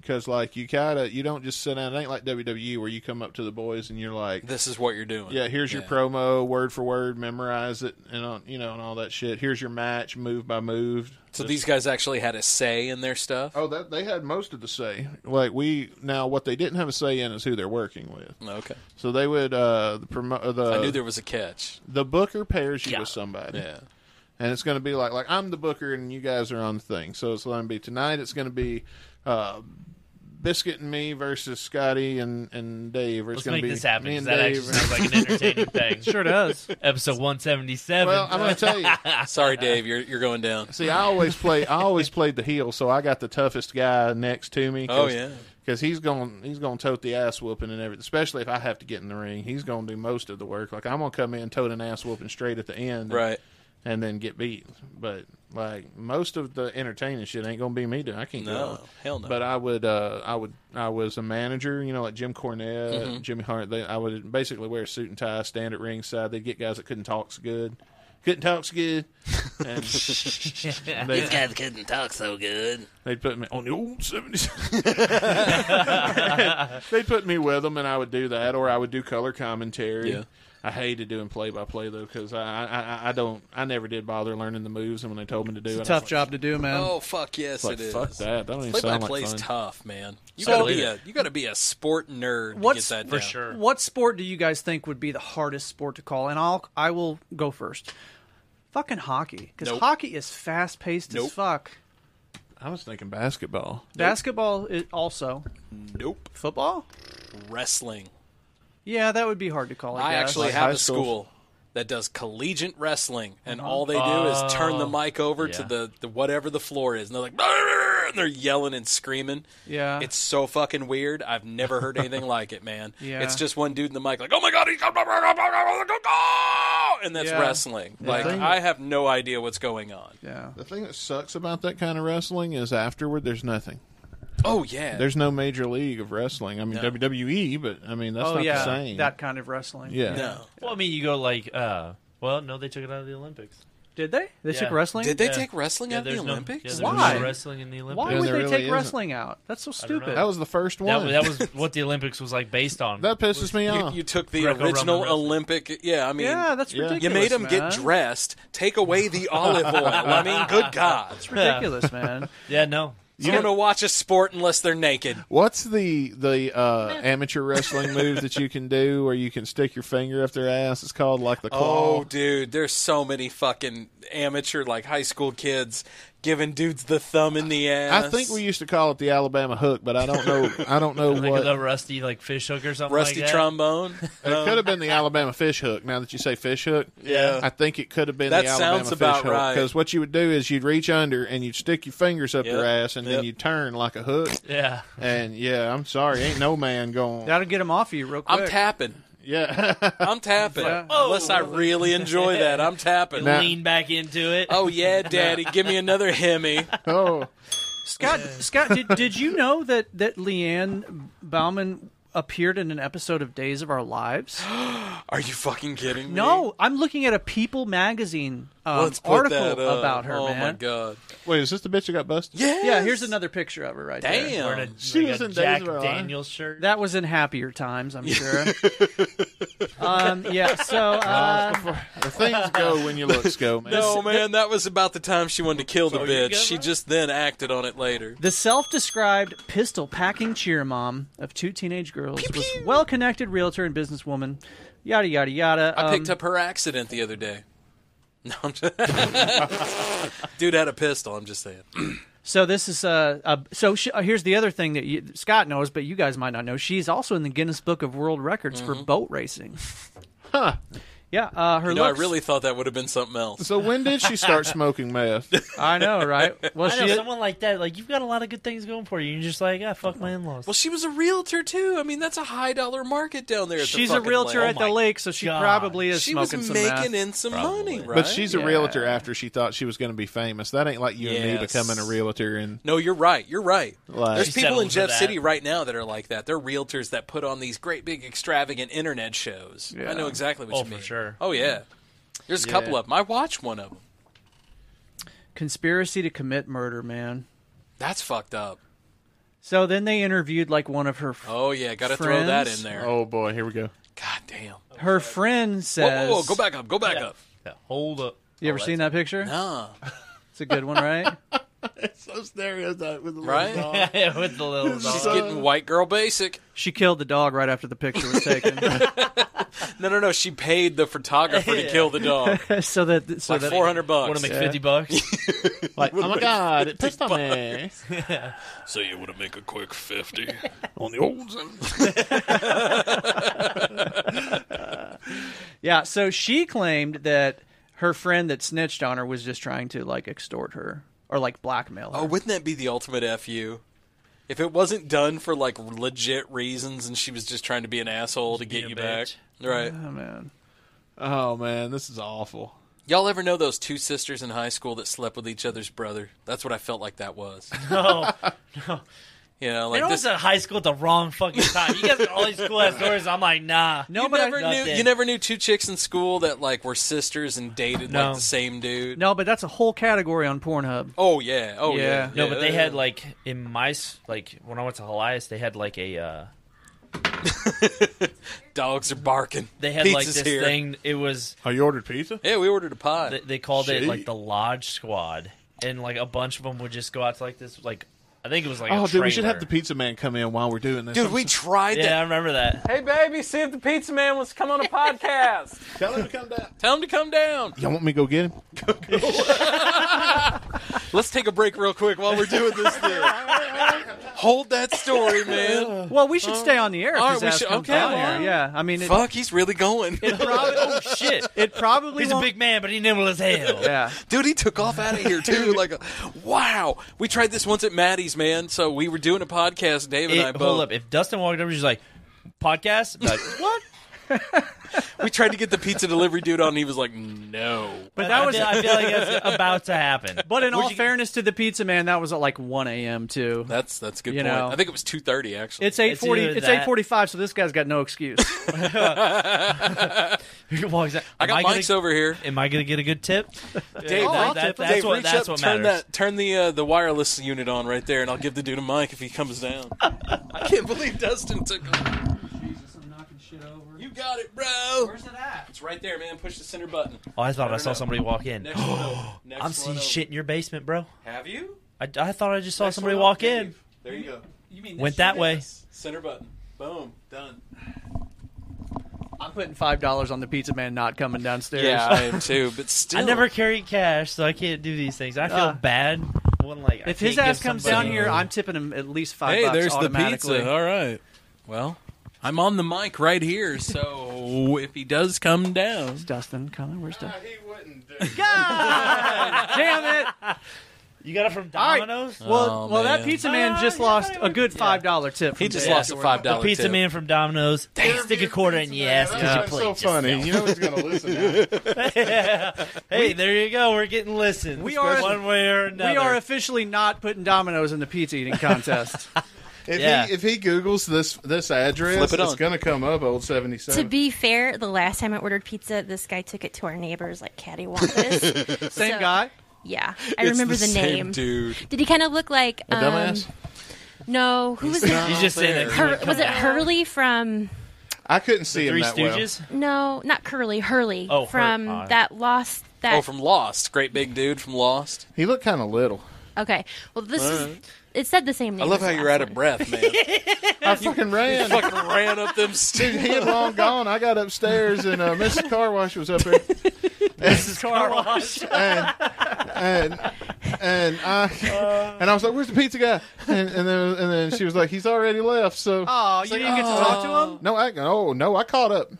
S6: Because like you gotta, you don't just sit down. It ain't like WWE where you come up to the boys and you're like,
S1: This is what you're doing.
S6: yeah, here's your promo, word for word, memorize it, and on, you know, and all that shit. Here's your match, move by move.
S1: So
S6: This-
S1: these guys actually had a say in their stuff.
S6: Oh, that they had most of the say. Like we now, what they didn't have a say in is who they're working with.
S1: Okay.
S6: So they would uh, the promo uh, the
S1: I knew there was a catch.
S6: the booker pairs you with somebody.
S1: Yeah.
S6: And it's going to be like like I'm the booker and you guys are on the thing. So it's going to be tonight. It's going to be uh, Biscuit and me versus Scotty and and Dave. Or it's
S9: Let's
S6: going
S9: make
S6: to be
S9: this happen.
S6: Me and
S9: 'cause That
S6: Dave.
S9: actually sounds like an entertaining thing.
S10: Sure does.
S9: Episode 177.
S6: well, I'm going to tell you.
S1: Sorry, Dave, you're you're going down.
S6: See, I always play. I always played the heel, so I got the toughest guy next to me.
S1: Oh, yeah.
S6: because he's going he's going to tote the ass whooping and everything. Especially if I have to get in the ring, he's going to do most of the work. Like I'm going to come in, tote an ass whooping straight at the end,
S1: Right.
S6: and then get beat. But like most of the entertaining shit ain't going to be me doing. I can't. do
S1: No,
S6: it.
S1: hell no.
S6: But I would, uh, I would, I was a manager. You know, like Jim Cornette,
S1: Mhm.
S6: Jimmy Hart. They, I would basically wear a suit and tie, stand at ringside. They'd get guys that couldn't talk so good. Couldn't talk so good. And they-
S1: couldn't talk so good.
S6: They'd put me "Oh, on the old 70s. They'd put me with them, and I would do that, or I would do color commentary.
S1: Yeah.
S6: I hated doing play by play though, because I, I I- I don't I never did bother learning the moves, and when they told me to do it,
S10: It's a
S6: I was
S10: tough
S6: like,
S10: job to do, man.
S1: Oh fuck yes,
S6: Like,
S1: it is.
S6: fuck that. That don't even
S1: Play
S6: sound
S1: by
S6: like
S1: play's
S6: fun.
S1: tough, man. You
S6: So-
S1: gotta be a you gotta be a sport nerd
S10: What's
S1: to get that down.
S10: What sport do you guys think would be the hardest sport to call? And I'll I will go first. Fucking hockey, because
S6: Nope.
S10: hockey is fast paced as
S6: Nope.
S10: fuck.
S6: I was thinking basketball.
S10: Basketball is also.
S1: Nope.
S10: Football?
S1: Wrestling.
S10: Yeah, that would be hard to call. I,
S1: I
S10: guess.
S1: actually have a school. that does collegiate wrestling, and
S9: Uh-huh.
S1: all they do is turn the
S10: Oh,
S1: mic over to
S10: yeah.
S1: the, the whatever the floor is, and they're like, "Brrr," and they're yelling and screaming.
S9: Uh.
S10: Yeah.
S1: it's so fucking weird. I've never heard anything like it, man.
S10: Yeah.
S1: it's just one dude in the mic like, "Oh my god, he's got blah, blah, blah, blah, blah, blah, blah," and that's
S6: Yeah.
S1: wrestling.
S6: Yeah.
S1: Like
S6: Thing-
S1: I have no idea what's going on.
S10: Yeah.
S6: The thing that sucks about that kind of wrestling is afterward there's nothing.
S1: Oh yeah.
S6: There's no major league of wrestling. I mean
S10: No.
S6: WWE, but I mean that's
S10: oh
S6: not
S10: yeah,
S6: the same.
S10: that kind of wrestling.
S6: Yeah. No.
S9: Well, I mean, you go like, uh, well, no, they took it out of the Olympics.
S10: Did they? They took wrestling?
S9: Yeah. Yeah, there's no- yeah, there's
S10: Why?
S9: No wrestling in the Olympics.
S10: Why would they take wrestling out? That's so
S9: I don't know.
S10: stupid.
S9: That wa- That, was what the Olympics was like based on.
S6: That pisses
S9: Was-
S6: me
S1: You-
S6: off.
S1: You, took the
S9: Greco-Roman
S1: original
S9: wrestling.
S1: Olympic. Yeah, I mean,
S9: Yeah, that's Yeah.
S1: You made
S9: ridiculous,
S1: them get
S9: man.
S1: dressed, take away the olive oil. I mean, good God,
S10: It's ridiculous, man.
S9: Yeah, no.
S1: You don't know, watch a sport unless they're naked.
S10: Oh.
S6: What's the the uh, amateur wrestling move that you can do where you can stick your finger up their ass? It's called like the claw.
S1: Oh, dude, there's so many fucking amateur, like high school kids giving dudes the thumb in the ass.
S6: I think we used to call it the Alabama hook, but I don't know. I don't know
S9: Like
S6: what.
S9: the rusty like fish hook or something.
S1: Rusty
S9: like that.
S1: trombone.
S6: It could have been the Alabama fish hook. Now that you say fish hook,
S1: Yeah.
S6: I think it could have been
S1: That
S6: the Alabama
S1: sounds about
S6: fish hook
S1: right.
S6: because what you would do is you'd reach under and you'd stick your fingers up
S1: Yep.
S6: their ass and then
S1: Yep.
S6: you turn like a hook.
S9: Yeah.
S6: And yeah, I'm sorry, ain't no man going.
S10: That'll get him off of you real quick.
S1: I'm tapping.
S6: Yeah.
S1: I'm tapping. Unless
S10: Oh.
S1: I really enjoy that, I'm tapping.
S6: Now-
S9: Lean back into it.
S1: Oh yeah, Daddy, give me another Hemi.
S6: oh,
S10: Scott, Scott, did, did you know that that Leanne Bauman appeared in an episode of Days of Our Lives?
S1: Are you fucking kidding me?
S10: no, I'm looking at a People magazine um,
S1: Let's put
S10: article
S1: that up.
S10: about her,
S1: Oh
S10: man.
S1: my god.
S6: wait, is this the bitch that got busted?
S1: Yes.
S10: Yeah, here's another picture of her right there.
S1: Damn.
S9: Wearing a,
S6: She
S9: like
S6: was
S9: a
S6: in Days
S9: Jack
S6: of Our Lives.
S9: Daniels shirt.
S10: That was in happier times, I'm sure. um, yeah, so uh,
S6: The things go when your looks go, man.
S1: No man, that was about the time she wanted to kill the
S9: So you
S1: bitch.
S9: give
S1: She
S9: up?
S1: just then acted on it later.
S10: the self-described pistol-packing cheer mom of two teenage girls was well-connected realtor and businesswoman. Yada yada yada.
S1: I
S10: Um,
S1: picked up her accident the other day. No, I'm just dude had a pistol. I'm just saying.
S10: So this is uh, uh so sh- uh, here's the other thing that you, Scott knows, but you guys might not know. She's also in the Guinness Book of World Records for boat racing.
S6: Huh.
S10: Yeah, uh,
S1: Mm-hmm.
S10: her
S1: You know, I
S10: looks-
S1: really thought that would have been something else.
S6: So when did she start smoking meth?
S10: I know, right? Well,
S9: I know
S10: she
S9: someone like that. Like you've got a lot of good things going for you. You're just like, ah, fuck my in-laws.
S1: Well, she was a realtor too. I mean, that's a high dollar market down there. At
S10: she's
S1: the
S10: a
S1: fucking
S10: realtor
S1: lake.
S10: at the lake, so she
S9: God.
S10: probably is
S1: She was
S10: smoking
S1: making
S10: some meth.
S1: in some money, right?
S6: But she's a
S10: Yeah.
S6: realtor after she thought she was going to be famous. That ain't like you and me
S1: Yes.
S6: becoming a realtor and
S1: no, you're right. You're right.
S6: Like-
S1: There's
S6: She
S1: people in
S9: settled for
S1: Jeff
S9: that.
S1: City right now that are like that. They're realtors that put on these great big extravagant internet shows.
S10: Yeah.
S1: I know exactly what
S9: Oh,
S1: you
S9: for
S1: mean.
S9: sure.
S1: Oh yeah. There's a
S6: Yeah.
S1: couple of them. I watched one of them.
S10: Conspiracy to commit murder, man.
S1: That's fucked up.
S10: So then they interviewed like one of her f-
S1: Oh yeah, got to throw that
S10: Friends?
S1: in there.
S6: oh boy, here we go.
S1: God damn.
S10: her friend
S1: Whoa,
S10: says.
S1: whoa, whoa, go back up. Go back up.
S9: Yeah, hold up.
S10: You ever
S9: Oh,
S10: seen
S9: that's-
S10: that picture?
S1: Nah.
S10: It's a good one, right?
S6: So stereotype with the
S1: Right? dog.
S9: Yeah, with the little dog.
S1: She's getting white girl basic.
S10: she killed the dog right after the picture was taken,
S1: No, no, no. She paid the photographer to kill the dog.
S10: so that so
S1: Like
S10: that
S1: 400 bucks.
S9: Want to make fifty bucks?
S6: Like, oh my god, it pissed on me.
S1: So you want to make a quick 50.
S6: on the old zone.
S10: Yeah, so she claimed that her friend that snitched on her was just trying to like extort her or like blackmail her.
S1: Oh, wouldn't that be the ultimate FU? If it wasn't done for like legit reasons and she was just trying to be an asshole to get
S9: a
S1: you
S9: bitch.
S1: back. Right.
S10: Oh, man.
S6: Oh man, this is awful.
S1: Y'all ever know those two sisters in high school that slept with each other's brother? That's what I felt like that was.
S9: no,
S1: You know,
S9: like
S1: like
S9: I
S1: this
S9: was in high school at the wrong fucking time. You guys got all these cool ass stories. I'm like, nah.
S10: No,
S1: you
S10: but I-
S1: never knew
S9: Nothing.
S1: you never knew two chicks in school that like were sisters and dated
S9: No.
S1: like the same dude.
S10: No, but that's a whole category on Pornhub.
S1: Oh yeah. Oh yeah.
S10: Yeah.
S9: No, but they
S1: Yeah.
S9: had like in my s- like when I went to Helias, they had like a uh,
S1: dogs are barking.
S9: they had like
S1: Pizza's
S9: this
S1: here.
S9: thing. It was
S6: Oh, you ordered pizza?
S1: Yeah, we ordered a pie.
S9: they, they called it like
S6: Shit.
S9: the Lodge Squad, and like a bunch of them would just go out to like this like I think it was like
S6: Oh,
S9: a
S6: dude, we should
S9: trailer.
S6: have the pizza man come in while we're doing this.
S1: Dude,
S6: I'm
S1: we
S6: so-
S1: tried
S9: yeah, I
S1: that.
S9: remember that.
S11: Hey, baby, see if the pizza man wants to come on a podcast.
S6: tell him to come down.
S1: Tell him to come down.
S6: Y'all want me to go get him?
S1: Let's take a break real quick while we're doing this thing. Hold that story, man.
S10: Well, we should stay on the air. If
S1: uh, all
S10: his
S1: right, we
S10: ass
S1: should-
S10: comes
S1: okay,
S10: on
S1: well.
S10: here. Yeah, I mean, it,
S1: Fuck, he's really going.
S9: oh shit!
S10: it probably
S9: He's a
S10: won't-
S9: big man, but he nimble as hell.
S10: Yeah,
S1: Dude, he took off out of here too. Like, a, wow. We tried this once at Maddie's, man. So we were doing a podcast. Dave and
S9: It-
S1: I
S9: hold
S1: both.
S9: up. If Dustin walked over, she's like, podcast? Like, what?
S1: We tried to get the pizza delivery dude on, and he was like, "No."
S10: but that was.
S9: I feel, I feel like that's about to happen.
S10: but in
S9: Would
S10: all
S9: you-
S10: fairness to the pizza man, that was at like 1 a.m. too.
S1: That's that's a good
S10: You
S1: point.
S10: know.
S1: I think it was two thirty actually.
S10: It's 8:40.
S9: either
S10: It's
S9: that-
S10: 8:45. So this guy's got no excuse.
S9: Who walks out?
S1: I got
S9: am I
S1: mics
S9: gonna,
S1: over here.
S9: Am I going to get a good tip?
S1: Dave,
S9: That- that- that's
S1: Dave,
S9: what,
S1: reach up,
S9: that's what
S1: turn
S9: matters.
S1: that, turn the uh, the wireless unit on right there, and I'll give the dude a mic if he comes down. I can't believe Dustin took. Over.
S10: Jesus, I'm knocking shit over.
S1: You got it, bro.
S10: it at?
S1: It's right there, man. Push the center button.
S9: Oh, I thought I,
S1: don't
S9: saw
S1: know.
S9: somebody walk in.
S1: Next one. Over. Next
S9: I'm
S1: one
S9: seeing
S1: over.
S9: shit in your basement, bro.
S1: Have you?
S9: I, I thought I just saw
S1: Next
S9: somebody
S1: one up,
S9: walk
S1: Dave.
S9: in.
S1: There you go. You mean
S9: Went that way.
S1: Center button. Boom. Done.
S10: I'm putting five dollars on the pizza man not coming downstairs.
S1: Yeah, I am too, but still.
S9: I never carry cash, so I can't do these things. I feel
S10: Uh,
S9: bad. When, like, I
S10: if his
S9: can't
S10: ass
S9: give
S10: comes
S9: somebody-
S10: down here, I'm tipping him at least five.
S1: hey,
S10: bucks
S1: there's the
S10: automatically.
S1: pizza. All right. Well, I'm on the mic right here, so if he does come down, is
S10: Dustin coming? Where's Dustin?
S9: Damn it! You got it from
S10: All right.
S9: Domino's.
S10: Well, well, that
S9: man.
S10: pizza man just lost a good five dollar tip.
S9: He
S10: from
S9: just
S10: Dave.
S9: lost a $5
S10: The
S9: tip. man from Domino's. Stick a quarter in your ass because you
S10: That's
S9: played
S10: so funny.
S9: yourself.
S10: You know he's gonna
S6: listen
S9: Yeah. Hey, there you go. We're getting listened.
S10: We are
S9: one way or another.
S10: We are officially not putting Domino's in the pizza eating contest.
S6: If
S10: Yeah.
S6: he if he googles this this address,
S10: Flip it
S6: it's
S10: on.
S6: going to come up old seventy
S2: To
S6: seven.
S2: be fair, the last time I ordered pizza, this guy took it to our neighbors like cattywampus.
S6: Same
S2: So-
S6: guy?
S2: Yeah, I
S6: It's
S2: remember
S6: the
S2: the,
S6: same
S2: name.
S1: dude.
S2: Did he kind of look like
S6: A
S2: um,
S6: dumbass?
S2: No, oh, who was
S6: He's
S2: it?
S6: not He's just saying that
S2: Hur-
S6: he would
S2: was it
S6: come out.
S2: Hurley from?
S6: I couldn't see him
S1: Three
S6: that
S1: Stooges?
S6: well.
S2: No, not Curly. Hurley
S1: Oh, Hur-
S2: from
S1: uh,
S2: that lost that.
S1: oh, from Lost, great big dude from Lost.
S6: He looked kind of little.
S2: okay, well this is.
S1: Alright.
S2: It said the same name.
S1: I love
S2: as
S1: how
S2: the
S1: you're out of breath, man.
S6: I fucking
S1: You
S6: ran.
S1: fucking ran up them stairs.
S6: Dude, he had long gone. I got upstairs and uh, Mrs. Car Wash was up there. Mrs.
S9: Car Wash.
S6: and and and I and I was like, "Where's the pizza guy?" And, and then and then she was like, "He's already left." So
S10: Oh,
S6: It's
S10: you
S6: like,
S10: didn't get to
S6: "Oh."
S10: talk to him?
S6: No, I oh no, I caught up.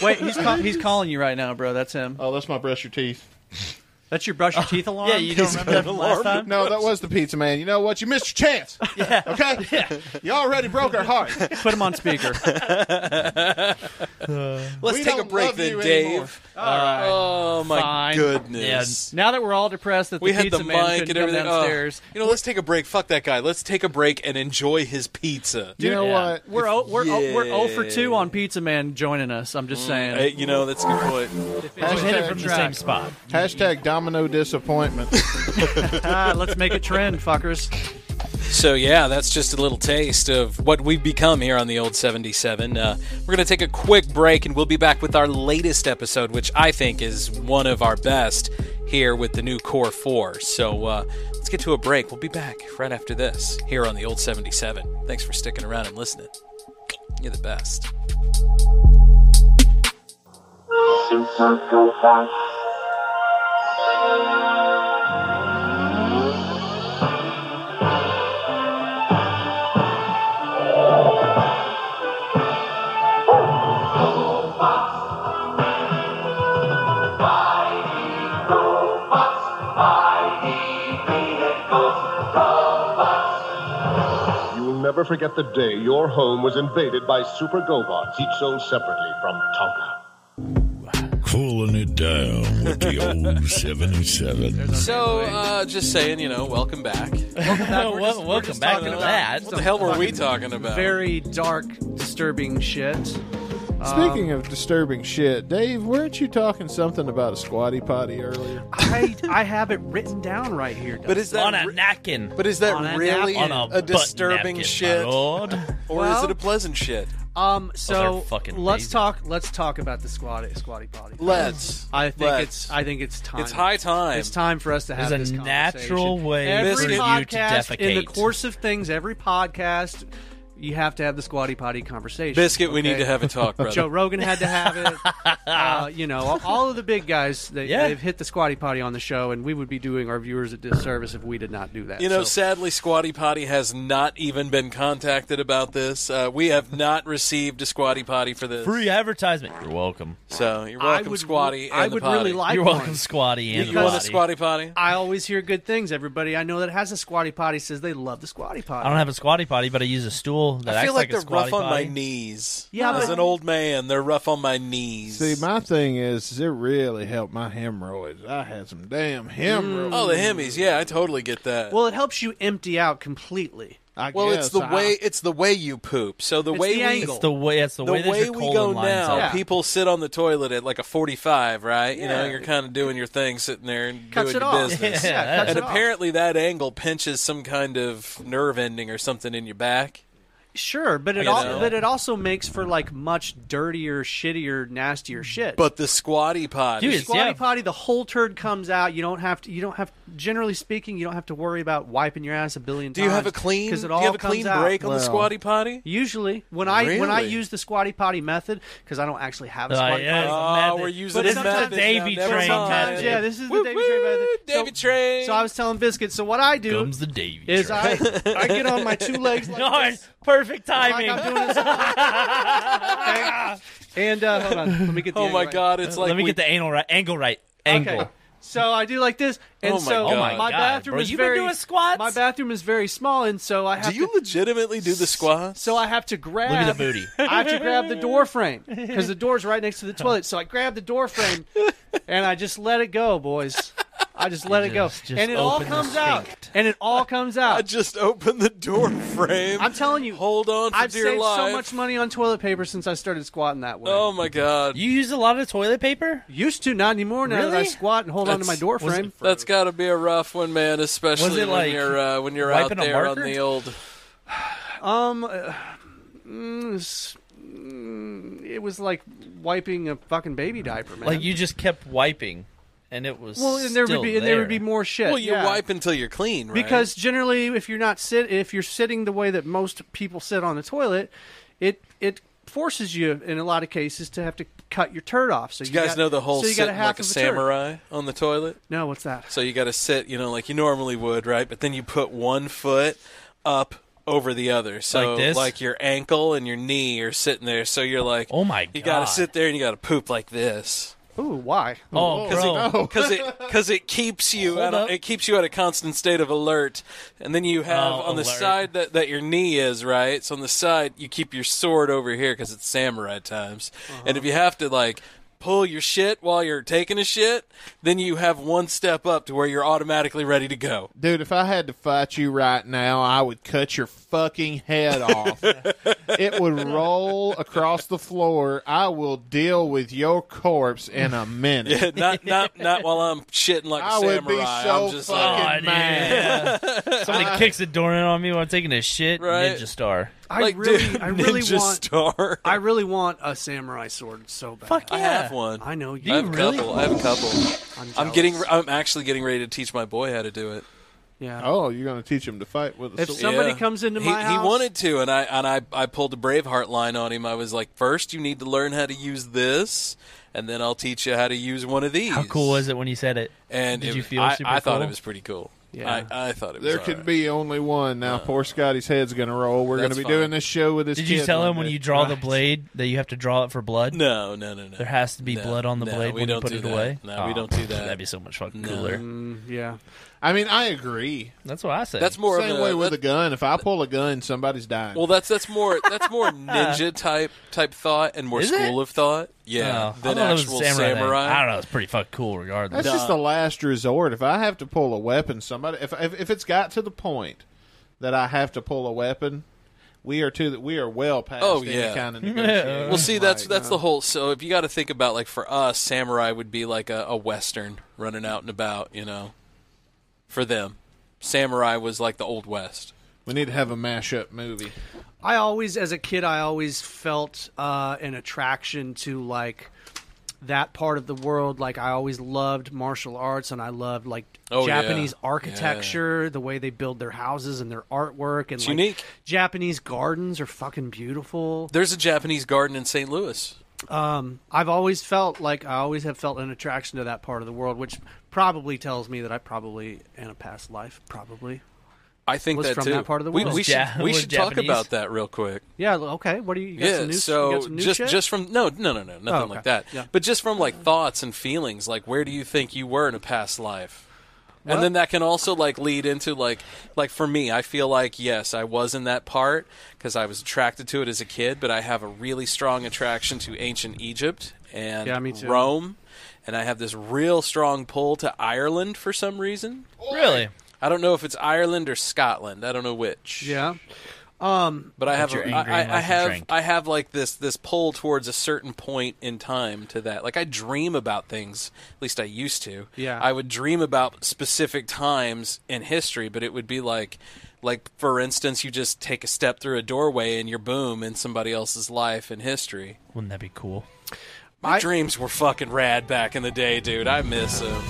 S10: Wait, he's call- he's calling you right now, bro. That's him.
S6: Oh, that's my brush your teeth.
S10: That's your brush your teeth alarm.
S6: Yeah, you don't remember that from last time? No, that was the pizza man. You know what? You missed your chance. Yeah. Okay. Yeah. You already broke our heart.
S10: Put him on speaker.
S1: Let's
S6: We
S1: take a
S6: don't
S1: break
S6: love
S1: then,
S6: you
S1: Dave.
S6: anymore.
S10: All right.
S1: Oh my
S10: Fine.
S1: goodness.
S10: Yeah, Now that we're all depressed that the
S1: we had
S10: pizza
S1: the
S10: man
S1: mic and
S10: couldn't come
S1: everything. Oh,
S10: downstairs.
S1: you know, let's take a break. Fuck that guy. Let's take a break and enjoy his pizza.
S10: Dude, We're o- we're o- we're 0 for 2 on Pizza Man joining us. I'm just saying.
S1: Hey, you know that's a good point.
S10: Hashtag hit it from the track. same spot.
S6: Hashtag domino disappointment.
S10: Ah, let's make a trend, fuckers.
S1: So yeah, that's just a little taste of what we've become here on the old 77. Uh, we're gonna take a quick break, and we'll be back with our latest episode, which I think is one of our best here with the new Core Four. So uh, let's get to a break. We'll be back right after this here on the old 77. Thanks for sticking around and listening. You're the best.
S12: You'll never forget the day your home was invaded by Super Gobots, each sold separately from Tonka.
S13: Cooling it down with the old 77.
S1: So, uh, just saying, you know, welcome back. Uh,
S9: Wel- welcome back to that.
S1: What the hell were we talking about?
S10: Very dark, disturbing shit.
S6: Speaking of disturbing shit, Dave, weren't you talking something about a squatty potty earlier?
S10: I, I have it written down right here.
S1: But is that
S10: Dustin.
S1: On a re-
S9: napkin?
S1: But is that
S10: On a
S1: really
S10: napkin.
S1: a, disturbing shit, or is
S10: Well-
S1: it a pleasant shit?
S10: Um.
S1: Those
S10: So
S1: are fucking
S10: let's
S1: amazing.
S10: talk. Let's talk about the squatty squatty potty.
S1: Let's.
S10: I think
S1: Let's.
S10: it's. I think it's time.
S1: It's high time.
S10: It's time for us to have
S9: There's
S10: this
S9: a
S10: conversation.
S9: natural way
S10: every
S9: for you to
S10: podcast, In the
S9: defecate.
S10: course of things, every podcast. You have to have the squatty potty conversation.
S1: Biscuit, we
S10: okay?
S1: need to have a talk, brother.
S10: Joe Rogan had to have it. uh, you know, all- all of the big guys, they,
S1: Yeah.
S10: they've hit the squatty potty on the show, and we would be doing our viewers a disservice if we did not do that.
S1: You know,
S10: So-
S1: sadly, Squatty Potty has not even been contacted about this. Uh, we have not received a Squatty Potty for this.
S9: Free advertisement. You're welcome.
S1: So you're
S10: I
S1: welcome,
S10: would-
S1: Squatty.
S10: I
S1: and the
S10: would
S1: potty.
S10: really like
S9: You're
S10: one.
S9: welcome, Squatty, and
S1: You
S9: the
S1: want a
S9: potty.
S1: Squatty Potty?
S10: I always hear good things. Everybody I know that has a squatty potty says they love the squatty potty.
S9: I don't have a squatty potty, but I use a stool that
S1: I feel
S9: acts like,
S1: like,
S9: a
S1: they're rough
S9: squatty
S1: on
S9: potty.
S1: my knees.
S10: Yeah,
S1: as
S10: but-
S1: an old man, they're rough on my knees.
S6: See, my thing is, is it really helped my hemorrhoids. I had some damn hemorrhoids.
S1: Oh, the hemis. Yeah, I totally get that.
S10: Well, it helps you empty out completely.
S6: I
S1: Mm, Well, it's the way it's the way you poop. So the
S10: It's
S1: way
S10: the
S1: we
S10: angle. It's
S9: the way- it's the way that your
S1: we
S9: colon
S1: go
S9: lines
S1: now.
S9: up.
S1: People sit on the toilet at like a forty-five, right? You know,
S9: Yeah.
S1: you're kind of doing your thing, sitting there and
S9: Cuts
S1: doing
S9: it
S1: your
S9: off.
S1: business.
S9: Yeah, Yeah, cuts
S1: and
S9: it off.
S1: apparently that angle pinches some kind of nerve ending or something in your back.
S10: Sure, but it
S1: You
S10: al-
S1: know?
S10: but it also makes for like much dirtier, shittier, nastier shit.
S1: But the squatty potty,
S10: Dude, squatty potty, the whole turd comes out. You don't have to. You don't have. Generally speaking, you don't have to worry about wiping your ass a billion
S1: Do
S10: times.
S1: you have a clean?
S10: Because it
S1: do
S10: all
S1: you have a
S10: comes
S1: clean
S10: out.
S1: break on the squatty potty?
S10: Usually, when I when I
S1: Really?
S10: use the squatty potty method, because I don't actually have a
S1: Oh,
S10: squatty
S1: yeah, it's a Oh,
S10: potty.
S1: method. we're using the
S10: sometimes-
S1: method Davy now, never Train mind. method.
S10: Yeah, this is the
S1: Woo,
S10: Davy Train method.
S1: Davy Train.
S10: So I was telling Biscuit. So what I do
S9: Comes the Davy
S10: is
S9: Train.
S10: I I get on my two legs like
S9: Nice.
S10: this. Oh
S9: Perfect
S10: Like
S9: timing.
S10: I'm doing this- Okay. And uh, hold on, let me get. The
S9: Oh
S10: angle
S9: my
S10: right.
S9: God, it's like Let me we- get the anal right, angle right, angle.
S10: Okay. So I do like this, and
S9: Oh my
S10: so
S9: God. Oh my God,
S10: bathroom
S9: bro,
S10: is
S9: you been
S10: very
S9: doing
S10: squats. My bathroom is very small, and so I have.
S1: Do you legitimately do the squats?
S10: So I have to grab.
S1: Look at the booty.
S10: I have to grab the door frame because the door's right next to the toilet. So I grab the door frame, and I just let it go, boys. I just let it go,
S1: Just- just
S10: and it all
S1: open the
S10: comes out. And it all comes out. I
S1: just open the door frame.
S10: I'm telling you,
S1: hold on for
S10: I've
S1: dear
S10: saved so
S1: life.
S10: much money on toilet paper since I started squatting that way.
S1: Oh my god!
S10: You use a lot of toilet paper? Used to, not anymore. Now that I
S1: Really?
S10: squat and hold on to my
S1: That's-
S10: door
S1: was-
S10: frame.
S1: That's got to be a rough one, man. Especially when
S10: like
S1: you're uh, when you're out
S10: wiping a
S1: there on
S10: marker?
S1: the old.
S10: Um, uh, mm, s- mm, it was like wiping a fucking baby diaper, man.
S9: Like you just kept wiping, and it was
S10: well, and there
S9: still
S10: would be and there would be more shit.
S1: Well, you
S10: yeah.
S1: wipe until you're clean, right?
S10: because generally, if you're not sit, if you're sitting the way that most people sit on the toilet, it it forces you in a lot of cases to have to cut your turd off. So
S1: you guys
S10: got-
S1: know the whole
S10: so you got
S1: sitting
S10: half
S1: like a
S10: of turd.
S1: samurai on the toilet.
S10: No, what's that?
S1: So you got to sit, you know, like you normally would, right? But then you put one foot up over the other, so
S9: Like this?
S1: your ankle and your knee are sitting there. So you're like, oh my, you got
S9: God.
S1: to sit there and you got to poop like this.
S10: Ooh, why?
S9: Oh, bro.
S1: because it because it keeps you
S9: Hold
S1: at
S9: up.
S1: a, it keeps you at a constant state of alert, and then you have
S9: Oh,
S1: on the
S9: alert.
S1: side that, that your knee is right. So on the side you keep your sword over here because it's samurai times, and if you have to like pull your shit while you're taking a shit, then you have one step up to where you're automatically ready to go.
S6: Dude, if I had to fight you right now, I would cut your fucking head off. it would roll across the floor. I will deal with your corpse in a minute.
S1: Yeah, not not not while I'm shitting like a
S6: I
S1: samurai.
S6: would be
S1: I'm
S6: so
S1: just
S6: fucking
S1: like,
S9: mad. Oh, Somebody kicks a door in on me while I'm taking a shit.
S1: Right.
S9: Ninja star.
S10: I
S1: Like,
S10: really,
S1: dude,
S10: I really
S1: Ninja
S10: want.
S1: Star.
S10: I really want a samurai sword so bad.
S1: I have one.
S10: I know you.
S1: I have a couple. I have a couple.
S10: I'm
S1: I'm getting. I'm actually getting ready to teach my boy how to do it.
S10: Yeah.
S6: Oh, you're going to teach him to fight with a
S10: If
S6: sword.
S10: somebody comes into
S1: he,
S10: my
S1: he
S10: house-
S1: wanted to, and I and I, I pulled the Braveheart line on him. I was like, first you need to learn how to use this, and then I'll teach you how to use one of these.
S9: How cool was it when you said it?
S1: And
S9: did
S1: it-
S9: you feel
S1: I,
S9: super
S1: I thought
S9: cool?
S1: it was pretty cool.
S9: Yeah.
S1: Yeah, I, I thought it was.
S6: There
S1: all
S6: could
S1: right.
S6: be only one. Now, poor Scotty's head's going to roll. We're going to
S1: Uh, That's
S6: be
S1: fine.
S6: doing this show with his
S9: Did you
S6: kid
S9: tell
S6: one
S9: him when
S6: day.
S9: you draw the
S6: Right.
S9: blade that you have to draw it for blood?
S1: No, no, no, no.
S9: There has to be
S1: No,
S9: blood on the
S1: no,
S9: blade
S1: we
S9: when you
S1: don't
S9: put
S1: do
S9: it
S1: that.
S9: away.
S1: No, we
S9: Aw,
S1: don't do that.
S9: That'd be so much fucking
S1: No.
S9: cooler.
S10: mm, yeah.
S6: I mean, I agree.
S9: That's what I say.
S1: That's more of
S6: Same
S1: a-
S6: way with a gun. If I pull a gun, somebody's dying.
S1: Well, that's that's more that's more ninja type type thought and more
S6: Is it?
S1: school of thought. Yeah,
S9: Oh, I
S1: than
S9: thought it was
S1: actual
S9: samurai
S1: samurai.
S9: thing. I don't know. It's pretty fucking cool, regardless.
S6: That's just the last resort. If I have to pull a weapon, somebody if, if if it's got to the point that I have to pull a weapon, we are to that we are well past
S1: Oh
S6: any
S1: yeah.
S6: kind of negotiation.
S1: Well, see, that's
S6: Like,
S1: that's
S6: uh,
S1: the whole. So if you got to think about like for us, samurai would be like a, a western running out and about. You know, for them, samurai was like the old west.
S6: We need to have a mashup movie.
S10: I always, as a kid, I always felt uh, an attraction to like that part of the world. Like I always loved martial arts, and I loved like
S1: Oh, yeah.
S10: Japanese architecture, the way they build their houses and their artwork, and
S1: It's
S10: like,
S1: unique.
S10: Japanese gardens are fucking beautiful.
S1: There's a Japanese garden in St. Louis.
S10: Um, I've always felt like I always have felt an attraction to that part of the world, which probably tells me that I probably in a past life probably.
S1: I think
S10: was
S1: that
S10: from
S1: too.
S10: that part of the
S1: We-
S10: world.
S1: We, should, we should talk about that real quick.
S10: Yeah. Okay. What do you? you got
S1: yeah.
S10: Some new,
S1: so
S10: you got some new
S1: just
S10: shit?
S1: just from no no no no nothing
S10: Oh, okay.
S1: like that.
S10: Yeah.
S1: But just from like thoughts and feelings, like where do you think you were in a past life?
S10: Well-
S1: and then that can also like lead into like like for me, I feel like yes, I was in that part because I was attracted to it as a kid, but I have a really strong attraction to ancient Egypt and
S10: Yeah, me too.
S1: Rome, and I have this real strong pull to Ireland for some reason.
S9: Really?
S1: I don't know if it's Ireland or Scotland. I don't know which.
S10: Yeah. Um,
S1: But I have,
S10: you're
S1: a,
S10: angry
S1: I, I,
S10: and
S1: I
S10: like to
S1: have,
S10: drink.
S1: I have like this this pull towards a certain point in time to that. Like I dream about things. At least I used to.
S10: Yeah.
S1: I would dream about specific times in history, but it would be like, like for instance, you just take a step through a doorway and you're boom in somebody else's life and history.
S9: Wouldn't that be cool?
S1: My dreams were fucking rad back in the day, dude. I miss them.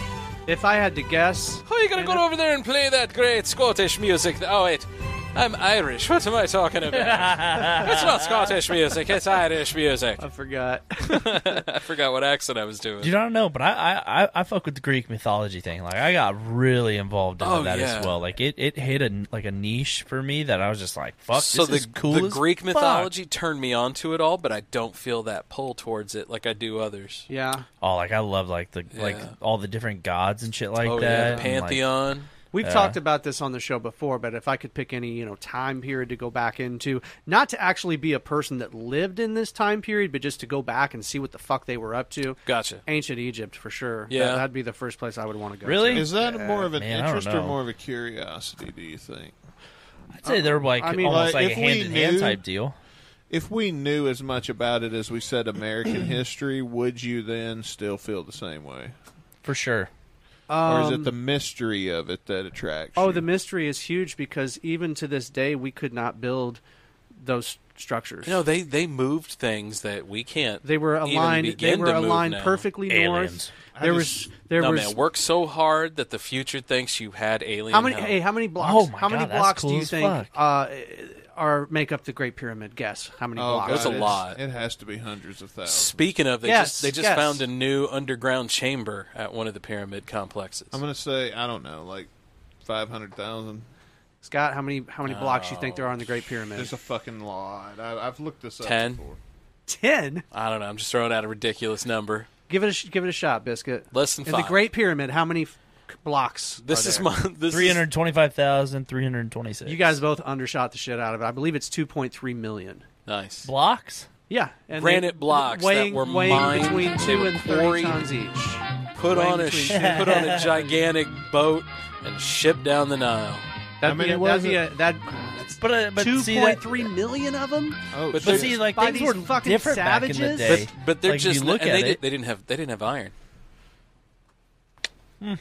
S10: If I had to guess,
S1: oh, you gotta go over there and play that great Scottish music. Oh wait, I'm Irish. What am I talking about? it's not Scottish music. It's Irish music. I
S10: forgot.
S1: I forgot what accent I was doing.
S9: Dude, I don't know, but I, I, I, I fuck with the Greek mythology thing. Like, I got really involved in
S1: Oh,
S9: that
S1: yeah.
S9: as well. Like, it, it hit a like a niche for me that I was just like, fuck.
S1: so
S9: this
S1: the,
S9: is cool.
S1: the
S9: as
S1: Greek
S9: fuck.
S1: mythology turned me on to it all, but I don't feel that pull towards it like I do others.
S10: Yeah.
S9: Oh, like I love like the like
S1: Yeah.
S9: all the different gods and shit like
S1: Oh, yeah,
S9: that.
S1: the
S9: and, like-
S1: pantheon.
S10: We've
S9: Yeah.
S10: talked about this on the show before, but if I could pick any, you know, time period to go back into, not to actually be a person that lived in this time period, but just to go back and see what the fuck they were up to.
S1: Gotcha.
S10: Ancient Egypt for sure.
S6: Yeah.
S10: that, would be the first place I would want to go. To.
S6: Is that
S10: Yeah.
S6: more of an interest or more of a curiosity? Do you think? I'd
S10: say they're like- I mean- almost like a hand-in-hand type
S9: deal.
S6: If we knew as much about it as we said American history, would you then still feel the same way?
S9: For sure.
S6: or is
S10: Um,
S6: it the mystery of it that attracts?
S10: Oh, the mystery is huge because even to this day, we could not build those structures.
S1: No, they they moved things that we can't.
S10: They were
S1: even
S10: aligned. They
S1: begin
S10: were
S1: to move
S10: aligned
S1: now.
S10: perfectly north. There was there
S1: no,
S10: was
S1: man, work so hard that the future thinks you had alien.
S10: how many
S1: help.
S10: hey how many blocks
S1: Oh my
S10: how many
S1: God, that's
S10: blocks
S1: cool
S10: do you
S1: as
S10: think
S1: fuck.
S10: uh, are make up the Great Pyramid? Guess how many
S6: Oh,
S10: blocks?
S6: God,
S1: There's a
S6: it's-
S1: lot.
S6: It has to be hundreds of thousands.
S1: Speaking of, they
S10: Yes,
S1: just they just
S10: yes.
S1: found a new underground chamber at one of the pyramid complexes.
S6: I'm gonna say I don't know, like five hundred thousand.
S10: Scott, how many
S1: Oh.
S10: how many blocks you think there are on the Great Pyramid?
S6: There's a fucking lot. I, I've looked this up.
S1: Ten.
S6: before.
S10: Ten.
S1: I don't know. I'm just throwing out a ridiculous number.
S10: Give it a sh- give it a shot, biscuit.
S1: Less than
S10: In
S1: five.
S10: the Great Pyramid, how many f- blocks?
S1: This
S10: are
S1: is
S10: there?
S1: my- this is-
S9: Three hundred twenty-five thousand three hundred twenty-six.
S10: You guys both undershot the shit out of it. I believe it's two point three million.
S1: Nice
S9: blocks.
S10: Yeah, and
S1: Granite
S10: they-
S1: blocks
S10: weighing,
S1: that were
S10: weighing
S1: mined.
S10: between
S1: They
S10: two
S1: were
S10: and three
S1: quarried,
S10: tons each.
S1: Put
S10: Weighing
S1: on a
S10: between
S1: sh-
S10: two and
S1: put on a
S10: three.
S1: gigantic boat and ship down the Nile.
S10: That'd be a, that'd be a, that.
S9: But, uh, but
S10: two
S9: see
S10: point
S9: that-
S10: three million of them.
S1: Oh,
S9: But see, like
S10: by
S9: things
S10: these
S9: were
S10: fucking
S9: different back in
S10: savages.
S9: the day.
S1: But, but they're
S9: Like, if
S1: just
S9: you look
S1: and
S9: at
S1: they,
S9: it.
S1: Did, they didn't have they didn't have iron.
S9: Hmm.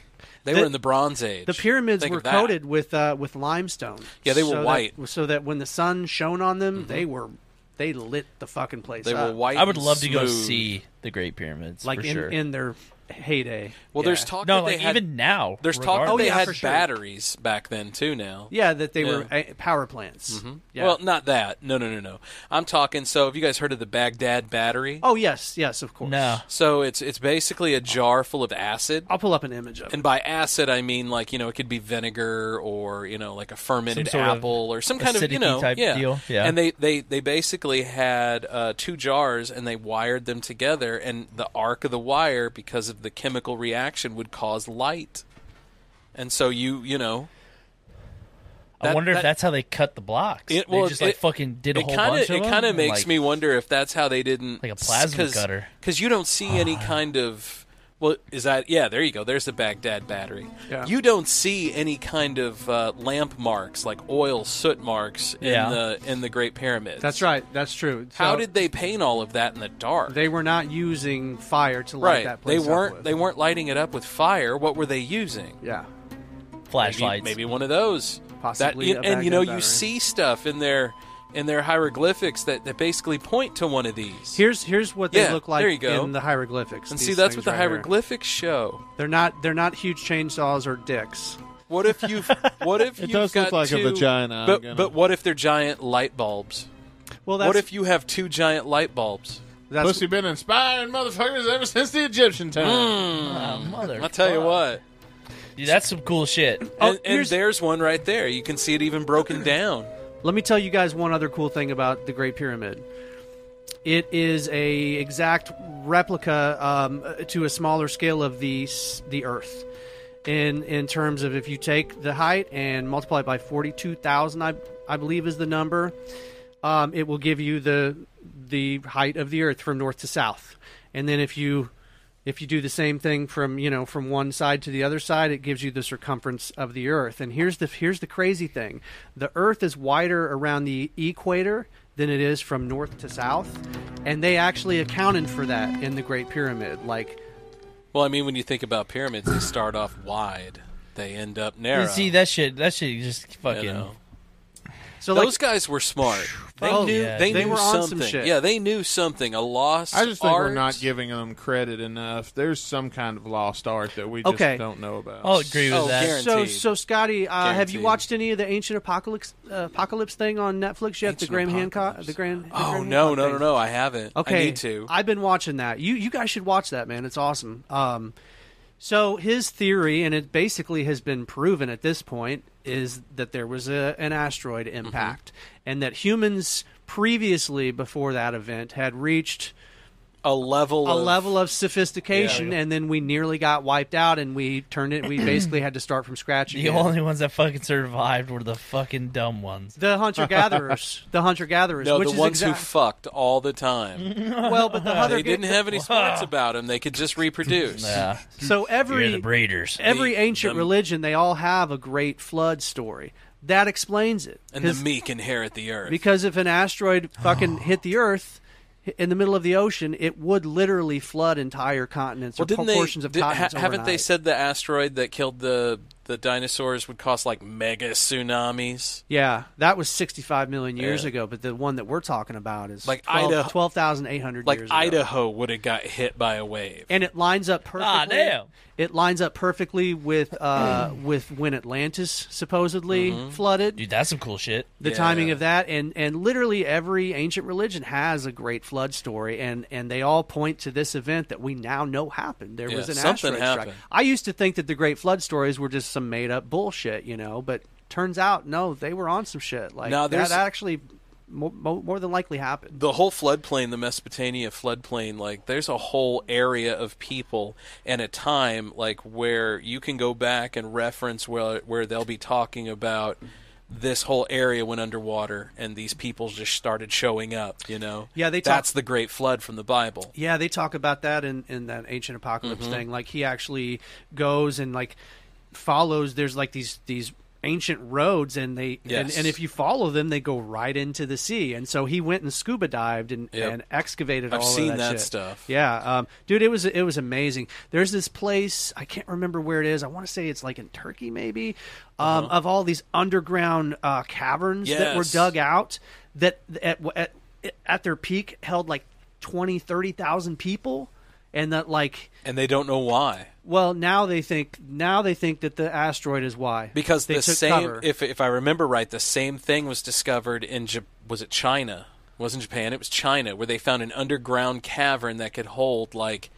S1: They
S10: The-
S1: were in the Bronze Age.
S10: The pyramids
S1: Think
S10: were
S1: of that.
S10: coated with uh, with limestone.
S1: Yeah, they were
S10: so that-
S1: white. Mm-hmm.
S10: so that when the sun shone on them, they were they lit the fucking place. up.
S9: I would love to go see the Great Pyramids.
S10: like
S9: for
S10: in,
S9: sure.
S10: in their heyday.
S1: Well, there's
S10: Yeah.
S1: talk
S9: No,
S1: that they
S9: like,
S1: had,
S9: even now,
S1: There's talk that
S10: regardless.
S1: they
S10: Oh, yeah, for
S1: had
S10: sure.
S1: batteries back then too. Now,
S10: Yeah, that they were
S1: Yeah.
S10: uh, power plants.
S1: Mhm.
S10: Yeah.
S1: Well, not that. No, no, no, no. I'm talking. So, have you guys heard of the Baghdad battery?
S10: oh yes, yes, of course. No.
S1: So it's it's basically a jar full of acid.
S10: I'll pull up an image of it.
S1: And by acid, I mean like you know it could be vinegar or you know like a fermented
S9: sort of
S1: apple or some kind of you
S9: acidic-y
S1: know
S9: type
S1: yeah.
S9: deal, yeah.
S1: And they they they basically had uh, two jars and they wired them together, and the arc of the wire because of the chemical reaction would cause light, and so you you know.
S9: I
S1: that-
S9: wonder if
S1: that-
S9: that's how they cut the blocks.
S1: It, well,
S9: they just like
S1: it-
S9: fucking did a
S1: it
S9: whole
S1: kinda,
S9: bunch of
S1: It
S9: them
S1: kind of
S9: and,
S1: makes
S9: like,
S1: me wonder if that's how they didn't like a
S9: plasma cutter.
S1: because you don't see any kind of well is that yeah there you go there's the Baghdad battery
S9: Yeah.
S1: you don't see any kind of uh, lamp marks like oil soot marks in
S10: Yeah.
S1: the in the Great Pyramid.
S10: That's right. That's true.
S1: How
S10: So
S1: did they paint all of that in the dark?
S10: they were not using fire to light
S1: right,
S10: that place
S1: they
S10: up
S1: weren't
S10: with.
S1: they weren't lighting it up with fire. What were they using?
S10: Yeah,
S1: flashlights. Maybe, one of those.
S10: Possibly
S1: That,
S10: a
S1: and you know
S10: Baghdad battery.
S1: you see stuff in their in their hieroglyphics that, that basically point to one of these.
S10: Here's here's what they
S1: Yeah,
S10: look like
S1: there you go.
S10: in the hieroglyphics.
S1: And
S10: these
S1: see, that's what
S10: things
S1: the
S10: right here.
S1: hieroglyphics show.
S10: They're not they're not huge chainsaws or dicks.
S1: What if you've what if
S10: It
S1: you've
S10: does look
S1: got
S10: like a
S1: two-
S10: vagina, I'm
S1: But
S10: gonna-
S1: but what if they're giant light bulbs?
S10: Well,
S1: what
S6: that's-
S1: if you have two giant light bulbs?
S6: Pussy been inspiring motherfuckers ever since the Egyptian time.
S1: I'll tell you what.
S9: Dude, that's some cool shit.
S10: Oh,
S1: And, and there's one right there. You can see it even broken down.
S10: Let me tell you guys one other cool thing about the Great Pyramid. It is a exact replica um, uh, to a smaller scale of the s- the Earth. In in terms of if you take the height and multiply it by forty two thousand, I I believe is the number, um, it will give you the the height of the Earth from north to south. And then if you if you do the same thing from you know from one side to the other side it gives you the circumference of the earth and here's the here's the crazy thing the earth is wider around the equator than it is from north to south and they actually accounted for that in the great pyramid like
S1: Well, I mean, when you think about pyramids, they start off wide, they end up narrow.
S14: See that shit. That shit just fucking.
S1: So those guys were smart. They
S14: Oh,
S1: knew
S14: yeah.
S1: they,
S14: They
S1: knew
S14: were on some
S1: something.
S14: shit.
S1: Yeah, they knew something. A lost
S6: I just think
S1: art.
S6: we're not giving them credit enough. There's some kind of lost art that we just
S10: Okay.
S6: don't know about.
S1: Oh,
S10: So, so Scotty, uh, have you
S6: Guaranteed.
S10: watched any of the Ancient Apocalypse uh, Apocalypse thing on Netflix yet? the
S1: Ancient
S10: Graham Hancock, the Graham. the
S1: Oh
S10: Graham
S1: no,
S10: Hancock
S1: no,
S10: thing?
S1: no, no! I haven't.
S10: Okay,
S1: I need to.
S10: I've been watching that. You you guys should watch that, man. It's awesome. Um, so his theory, and it basically has been proven at this point, is that there was a, an asteroid
S1: Mm-hmm.
S10: impact, and that humans previously before that event had reached
S1: a level
S10: a
S1: of-
S10: level of sophistication,
S14: Yeah.
S10: and then we nearly got wiped out, and we turned it. We basically had to start from scratch.
S14: The
S10: again.
S14: only ones that fucking survived were the fucking dumb ones.
S10: The hunter gatherers, the hunter gatherers,
S1: No,
S10: which
S1: the
S10: is
S1: ones who
S10: exact-
S1: fucked all the time.
S10: well, but the hunter
S1: they didn't have any smarts about them. They could just reproduce.
S14: Yeah.
S10: So every every ancient religion, they all have a great flood story. That explains it.
S1: and the Oh.
S10: 'Cause-
S1: meek inherit the earth.
S10: Because if an asteroid fucking hit the Earth h- in the middle of the ocean, it would literally flood entire continents
S1: well,
S10: or
S1: didn't they?
S10: portions of
S1: did- ha-
S10: continents.
S1: haven't they
S10: overnight.
S1: said the asteroid that killed the the dinosaurs would cause like mega tsunamis?
S10: Yeah, that was 65 million years
S1: Yeah.
S10: ago, but the one that we're talking about is
S1: Like
S10: 12
S1: Idaho-
S10: 12,800
S1: Like
S10: years ago.
S1: Idaho would have got hit by a wave.
S10: and it lines up perfectly.
S1: Ah, damn.
S10: It lines up perfectly with uh, with when Atlantis supposedly
S1: Mm-hmm.
S14: Mhm.
S10: flooded.
S14: Dude, that's some cool shit.
S10: The timing of that, and and literally every ancient religion has a great flood story, and and they all point to this event that we now know happened. There was
S1: Yeah,
S10: an
S1: something
S10: asteroid
S1: happened.
S10: strike. I used to think that the great flood stories were just some made up bullshit, you know, but turns out no, they were on some shit. Like
S1: No,
S10: that
S1: there's-
S10: actually more, more than likely happened.
S1: the whole floodplain, the Mesopotamia floodplain, like there's a whole area of people and a time like where you can go back and reference where where they'll be talking about this whole area went underwater and these people just started showing up, you know.
S10: Yeah, they talk-
S1: That's the great flood from the Bible.
S10: Yeah, they talk about that in, in that ancient apocalypse
S1: Mhm.
S10: thing. Like he actually goes and like follows. There's like these these ancient roads, and they and,
S1: Yes.
S10: and if you follow them, they go right into the sea. And so he went and scuba dived and,
S1: Yep.
S10: and excavated.
S1: I've
S10: all of
S1: seen that
S10: shit.
S1: stuff.
S10: Yeah, um, dude, it was it was amazing. There's this place I can't remember where it is. I want to say it's like in Turkey, maybe. Um, Of all these underground uh, caverns that were
S1: Uh-huh. Yes.
S10: dug out, that at at, at their peak held like 20, 30,000 people, and that like
S1: And they don't know why.
S10: well now they think now they think that the asteroid is why
S1: Because
S10: they
S1: the
S10: took
S1: same
S10: cover.
S1: if if I remember right, the same thing was discovered in Ja- was it China? It wasn't Japan, it was China where they found an underground cavern that could hold like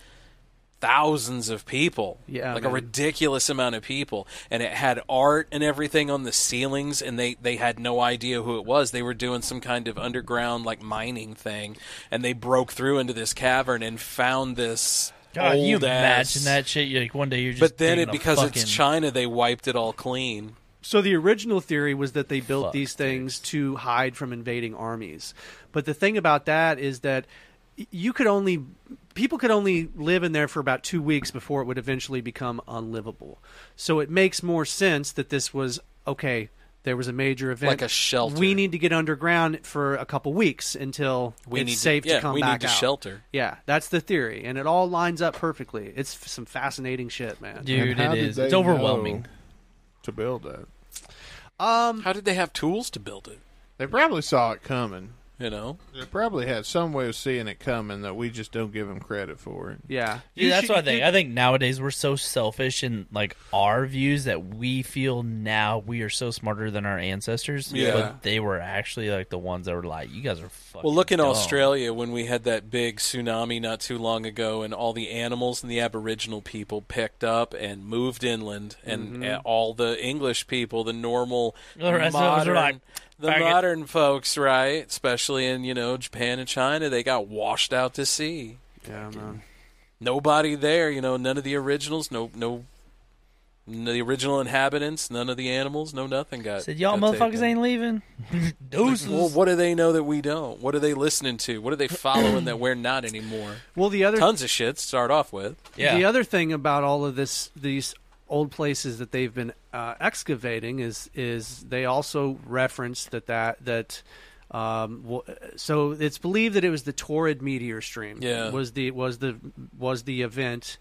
S1: thousands of people.
S10: Yeah,
S1: Like
S10: man.
S1: a ridiculous amount of people and it had art and everything on the ceilings and they they had no idea who it was. They were doing some kind of underground like mining thing and they broke through into this cavern and found this
S14: God, you
S1: old ass-
S14: imagine that shit? You're like one day you're just.
S1: But then
S14: digging
S1: it
S14: a
S1: because
S14: fucking-
S1: it's China they wiped it all clean.
S10: So the original theory was that they built these things to hide from invading armies. But the thing about that is that y- you could only people could only live in there for about 2 weeks before it would eventually become unlivable. So it makes more sense that this was okay, there was a major event.
S1: Like a shelter.
S10: We need to get underground for a couple weeks until
S1: We
S10: it's
S1: need to-
S10: safe to,
S1: yeah,
S10: come
S1: we need
S10: back
S1: to
S10: out.
S1: shelter.
S10: Yeah, that's the theory and it all lines up perfectly. It's f- some fascinating shit, man.
S14: Dude, it
S6: How did
S14: is.
S6: they
S14: It's overwhelming.
S6: know To build that,
S10: Um,
S1: How did they have tools to build it?
S6: they probably saw it coming.
S1: You know,
S6: they probably had some way of seeing it coming that we just don't give them credit for it.
S10: Yeah,
S14: Dude, that's what I think. I think nowadays we're so selfish in like our views that we feel now we are so smarter than our ancestors.
S1: Yeah.
S14: But they were actually like the ones that were like, You guys are fucking
S1: well, look in
S14: dumb.
S1: Australia when we had that big tsunami not too long ago, and all the animals and the Aboriginal people picked up and moved inland, and
S14: Mhm.
S1: uh, all the English people, the normal
S14: The rest of us are
S1: modern,
S14: like,
S1: the
S14: "Fuck it."
S1: modern folks, right? Especially in you know Japan and China, they got washed out to sea.
S10: Yeah, man.
S1: Nobody there, you know, none of the originals, no, no N- The original inhabitants, none of the animals, no nothing got.
S14: Said y'all
S1: got
S14: motherfuckers
S1: taken.
S14: ain't leaving. Deuces.
S1: Well, what do they know that we don't? What are they listening to? What are they following that we're not anymore?
S10: Well, the other
S1: tons of shit to start off with.
S10: The other thing about all of this, these old places that they've been uh, excavating is is they also reference that that that. Um, wa- so it's believed that it was the torrid meteor stream.
S1: Yeah.
S10: was the was the was the event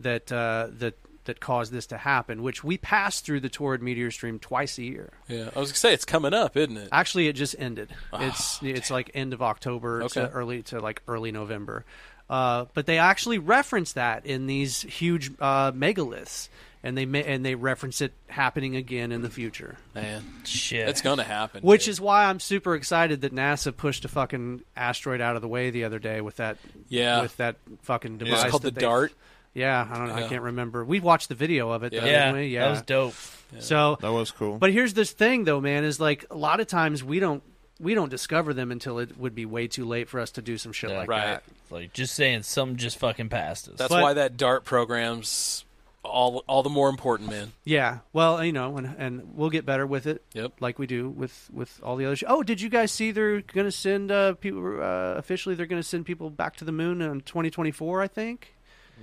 S10: that uh, that that caused this to happen, which we pass through the torrid meteor stream twice a year.
S1: Yeah, I was gonna say it's coming up, isn't it?
S10: Actually, it just ended. it's it's like end of October to
S1: Okay.
S10: early to like early November. Uh, but they actually reference that in these huge uh, megaliths, and they ma- and they reference it happening again
S1: Mm.
S10: in the future.
S1: Man, shit, it's gonna happen.
S10: Which is why I'm super excited that NASA pushed a fucking asteroid out of the way the other day with that.
S1: Yeah.
S10: with that fucking
S1: It's
S10: device
S1: called
S10: that
S1: the
S10: they-
S1: dart.
S10: Yeah, I don't know. I
S1: Yeah.
S10: can't remember. We watched the video of it. though,
S1: Yeah.
S10: didn't we?
S14: Yeah,
S10: yeah,
S14: that was dope.
S10: So
S6: that was cool.
S10: but here's this thing though, man, is like a lot of times we don't we don't discover them until it would be way too late for us to do some shit like that.
S14: Like just saying something just fucking passed us.
S1: That's why that dart program's all all the more important, man.
S10: Yeah. Well, you know, and and we'll get better with it.
S1: Yep.
S10: Like we do with with all the other sh- Oh, did you guys see they're going to send uh people uh, officially they're going to send people back to the moon in 2024, I think.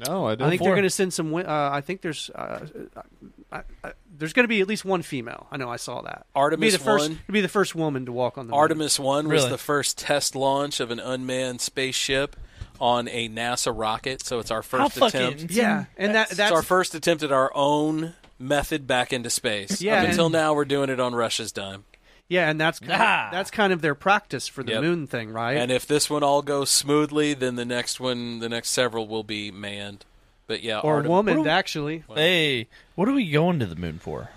S6: No, I
S10: I,
S6: didn't.
S10: think they're going to send some wi- uh, I think there's uh, I, I, there's going to be at least one female. I know I saw that.
S1: Artemis
S10: it'd be the first,
S1: one.
S10: it'd be the first woman to walk on the moon.
S1: Artemis One was
S10: Really?
S1: the first test launch of an unmanned spaceship on a NASA rocket, so it's our first
S10: How fucking-
S1: attempt.
S10: Yeah, and that-
S1: it's
S10: that's-
S1: our first attempt at our own method back into space.
S10: Yeah,
S1: Up
S10: and-
S1: until now, we're doing it on Russia's dime.
S10: Yeah, and that's kind
S1: Ah.
S10: of, that's kind of their practice for the
S1: Yep.
S10: moon thing, right?
S1: And if this one all goes smoothly, then the next one, the next several will be manned. But yeah,
S10: or
S1: Artem-
S10: woman actually.
S14: Hey, what are we going to the moon for?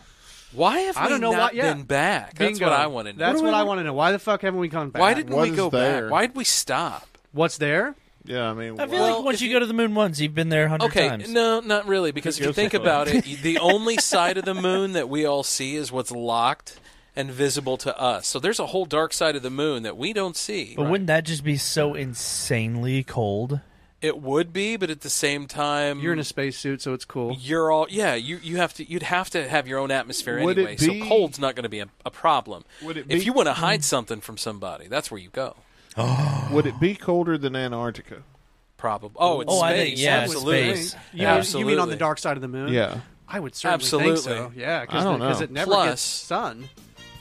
S1: Why have
S10: I
S1: we
S10: don't know
S1: not
S10: why- yeah.
S1: been back? That's
S10: Bingo.
S1: what I want to know.
S10: That's what, I want to know. Why the fuck haven't we gone back?
S1: Why didn't we go back? Why did we stop?
S10: What's there?
S6: Yeah, I mean,
S14: I feel like once you, go to the moon once, you've been there a hundred
S1: Okay,
S14: times.
S1: no, not really. Because if you
S14: goes
S1: think
S14: there?
S1: about it, y- the only side of the moon that we all see is what's locked and visible to us. So there's a whole dark side of the moon that we don't see.
S14: But wouldn't that just be so insanely cold?
S1: It would be, but at the same time,
S10: You're in a spacesuit, so it's cool.
S1: you're all yeah. You you have to you'd have to have your own atmosphere
S10: Would it
S1: anyway.
S10: be-
S1: so cold's not going to be a, a problem.
S6: Would it
S1: if
S6: be-
S1: you
S10: Hmm.
S1: want to hide something from somebody, that's where you go.
S6: Would it be colder than Antarctica?
S1: Probably. Oh, it's
S14: Oh,
S1: space.
S14: I think- yeah, it's
S1: absolutely.
S14: space.
S10: You, mean- you mean on
S1: Absolutely.
S10: the dark side of the moon?
S6: Yeah.
S10: I would certainly
S1: Absolutely.
S10: think so. Yeah,
S1: I don't
S10: because
S1: know.
S10: it never
S1: Plus-
S10: gets sun.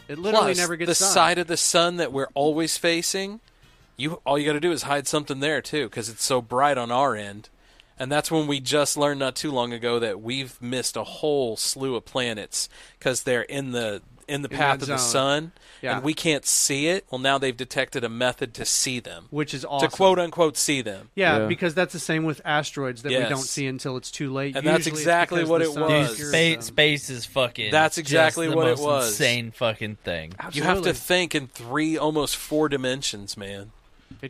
S10: It literally
S1: Plus,
S10: never gets
S1: the
S10: sun.
S1: side of the sun that we're always facing. You all you got to do is hide something there too, because it's so bright on our end. And that's when we just learned not too long ago that we've missed a whole slew of planets because they're in the in the
S10: In
S1: path
S10: that
S1: of the
S10: zone.
S1: sun,
S10: Yeah.
S1: and we can't see it. Well, now they've detected a method to see them,
S10: Which is awesome.
S1: to quote unquote see them.
S10: yeah, because that's the same with asteroids that we
S1: Yes.
S10: don't see until it's too late.
S1: And that's
S10: Usually it's
S1: exactly
S10: because
S1: what
S10: the
S1: it
S10: sun
S1: was.
S10: obscures
S14: Spa-
S10: them.
S14: space is fucking.
S1: That's
S14: just
S1: exactly
S14: the
S1: what it
S14: most
S1: was.
S14: Insane fucking thing.
S1: You have to think in three, almost four dimensions, man.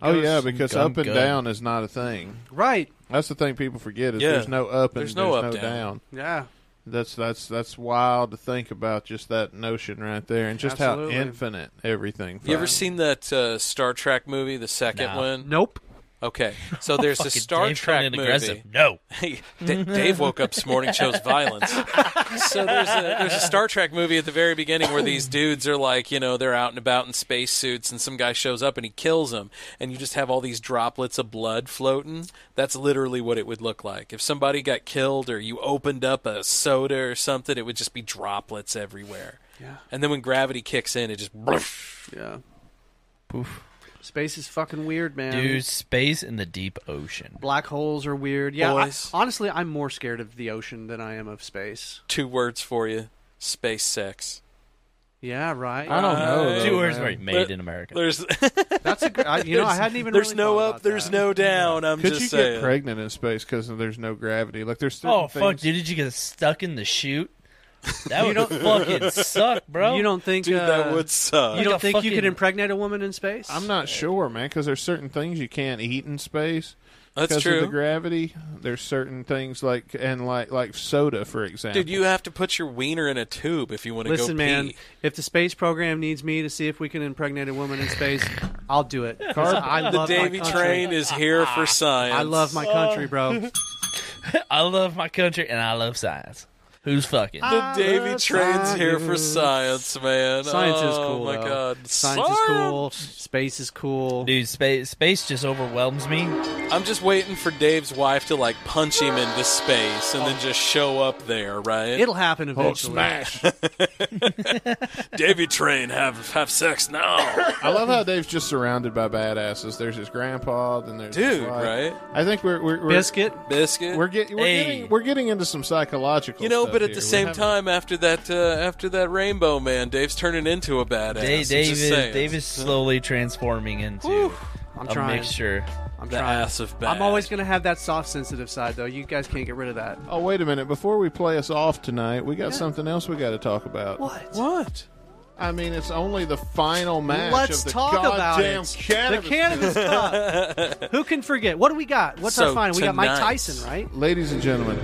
S6: Oh yeah, because
S1: Gum
S6: up and
S1: gun.
S6: down is not a thing.
S10: Right.
S6: That's the thing people forget is
S1: Yeah.
S6: there's no up and
S1: There's no up,
S6: down.
S1: down.
S10: Yeah.
S6: That's that's that's wild to think about just that notion right there and just
S1: Absolutely.
S6: how infinite everything.
S1: You ever
S6: fucking-
S1: seen that uh, Star Trek movie, the second
S6: Nah.
S1: one?
S10: Nope.
S1: Okay, so there's a
S14: Fucking
S1: Star
S14: Dave coming
S1: Trek
S14: in
S1: movie.
S14: aggressive. No.
S1: Hey, D- Dave woke up this morning, chose violence. So there's a, there's a Star Trek movie at the very beginning where these dudes are like, you know, they're out and about in spacesuits, and some guy shows up and he kills them, and you just have all these droplets of blood floating. That's literally what it would look like if somebody got killed or you opened up a soda or something. It would just be droplets everywhere.
S10: Yeah.
S1: And then when gravity kicks in, it just
S10: yeah. Space is fucking weird, man.
S14: Dude, space in the deep ocean.
S10: Black holes are weird. Yeah, I-
S1: Boys.
S10: honestly, I'm more scared of the ocean than I am of space.
S1: Two words for you: space sex.
S10: Yeah, right.
S1: I don't know, though,
S14: Two words
S1: Oh, man.
S14: were
S1: There-
S14: made in America.
S1: There's
S10: that's a gr- I- you know, I hadn't even
S1: There's
S10: really
S1: no
S10: thought
S1: up,
S10: about
S1: there's
S10: that.
S1: no down. I'm
S6: Could
S1: just
S6: you
S1: saying.
S6: get pregnant in space because there's no gravity? Like there's certain
S14: Oh fuck,
S6: things-
S14: dude! Did you get stuck in the chute? That would
S10: don't-
S14: fucking suck, bro.
S10: You don't think
S6: Dude, that
S10: uh,
S6: would suck.
S10: You
S6: Like
S10: don't
S6: a
S10: think you could
S6: fucking-
S10: impregnate a woman in space?
S6: I'm not sure, man, because there's certain things you can't eat in space.
S1: That's
S6: because Of
S1: true.
S6: the gravity. There's certain things like and like like soda, for example.
S1: Dude, you have to put your wiener in a tube if you want to go
S10: Listen, man.
S1: pee.
S10: If the space program needs me to see if we can impregnate a woman in space, I'll do it. 'Cause
S1: Carb-
S10: I
S1: the
S10: love my
S1: Davy
S10: country.
S1: train is here for science.
S10: I love my country, bro.
S14: I love my country and I love science. who's fucking.
S10: Uh,
S1: The Davy train's here for science, man.
S10: Science
S1: oh,
S10: is cool.
S1: my
S10: though.
S1: god.
S10: Science, is cool. Space is cool.
S14: Dude, space space just overwhelms me.
S1: I'm just waiting for Dave's wife to like punch him into space and then just show up there, right?
S10: It'll happen eventually.
S1: Davy Train, have have sex now.
S6: I love how Dave's just surrounded by badasses. There's his grandpa, then there's his
S1: Dude,
S6: wife.
S1: right?
S6: I think we're, we're, we're
S10: Biscuit.
S1: Biscuit.
S6: We're, get, we're getting we're getting into some psychological.
S1: You know,
S6: stuff
S1: but at
S6: here.
S1: the
S6: We're
S1: same
S6: having-
S1: time, after that, uh, after that Rainbow Man, Dave's turning into a badass.
S14: Dave,
S1: Just
S14: Dave, is,
S1: saying.
S14: Dave is slowly transforming into
S10: I'm
S14: a
S10: trying.
S14: mixture.
S10: I'm
S1: The
S10: trying.
S1: ass of
S10: I'm always going to have that soft, sensitive side, though. You guys can't get rid of that.
S6: Oh wait a minute! Before we play us off tonight, we got something else we got to talk about.
S10: What?
S1: What?
S6: I mean, it's only the final match.
S10: Let's
S6: of the
S10: talk about
S6: goddamn
S10: it.
S6: Cannabis
S10: the cannabis cup. Who can forget? What do we got? What's
S6: So
S10: our final? We got Mike
S6: tonight-
S10: Tyson, right?
S6: Ladies and gentlemen,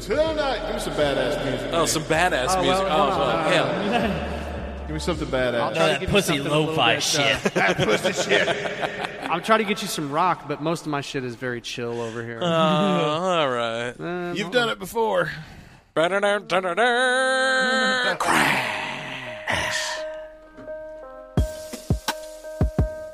S6: tonight, give me some badass music.
S1: Oh, some badass
S10: Oh, well,
S1: music.
S10: no, no,
S1: oh, well,
S10: no,
S1: hell.
S6: Give me something badass.
S10: I'll try to give you something a little bit, uh,
S6: that pussy shit.
S10: I'm trying to get you some rock, but most of my shit is very chill over here.
S1: Oh, all right.
S6: You've done it before.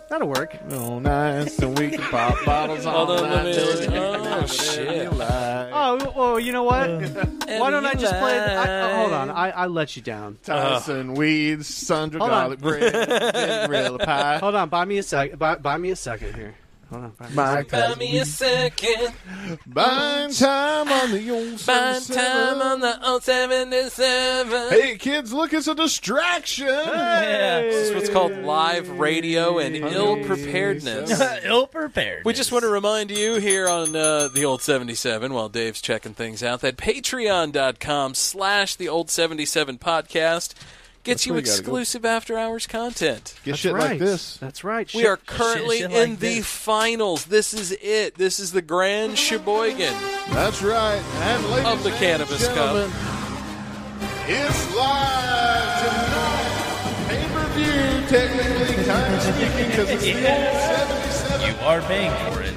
S10: That'll work.
S6: No nice, and we can pop bottles
S1: Hold
S6: all
S1: on, let
S6: night.
S1: me- oh, shit.
S10: Oh, well, you know what?
S1: Uh,
S10: Why don't I just play? it? I, oh, hold on, I, I let you down.
S6: Tyson weeds, Sandra
S10: Hold on.
S6: garlic bread, and gorilla pie.
S10: Hold on, buy me a sec. Buy, buy me a second here. Hold on. Buy me
S6: My
S10: a second.
S6: cousin.
S1: me a second.
S6: Bind time on the old
S1: Find
S6: 77.
S1: time on the 077.
S6: Hey kids, look, it's a distraction.
S1: This is what's called live radio and ill preparedness.
S14: Ill prepared.
S1: We just want to remind you here on uh, the old 77 while Dave's checking things out that patreon.com slash the old 77 podcast gets
S6: That's
S1: you
S6: where you gotta go.
S1: exclusive after hours content.
S6: Get
S10: That's
S6: shit like
S10: right.
S6: this.
S10: That's right.
S1: We
S10: Shit.
S1: are currently
S10: shit like
S1: in the
S10: this.
S1: finals. This is it. This is the grand Sheboygan
S6: That's right. And ladies
S1: of the
S6: and
S1: Cannabis Cup.
S6: gentlemen, It's live tonight. Pay per view, technically, time speaking, because it's the old 77.
S14: You are paying for it.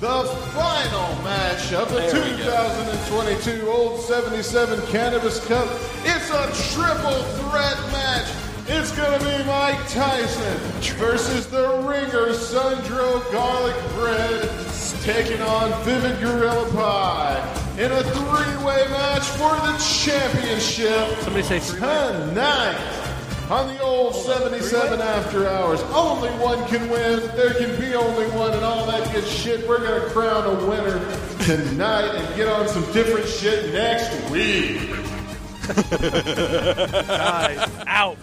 S6: The final match of the
S1: There we go.
S6: 2022 Old 77 Cannabis Cup. It's a triple threat match. It's going to be Mike Tyson versus the ringer Sundro Garlic Bread taking on Vivid Gorilla Pie in a three-way match for the championship
S10: Somebody say three.
S6: tonight on the old 77 after hours. Only one can win. There can be only one, and all that good shit. We're gonna crown a winner tonight and get on some different shit next week.
S14: Out.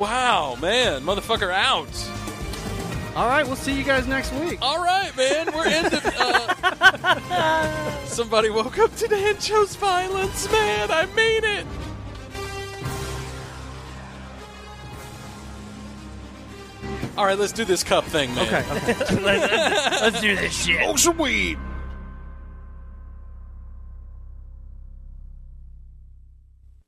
S1: Wow, man. Motherfucker out.
S10: All right, we'll see you guys next week.
S1: All right, man. We're in the. Uh, somebody woke up today and chose violence, man. I mean it. All right, let's do this cup thing, man.
S10: Okay. okay.
S14: Let's do this shit.
S13: Smoke some weed.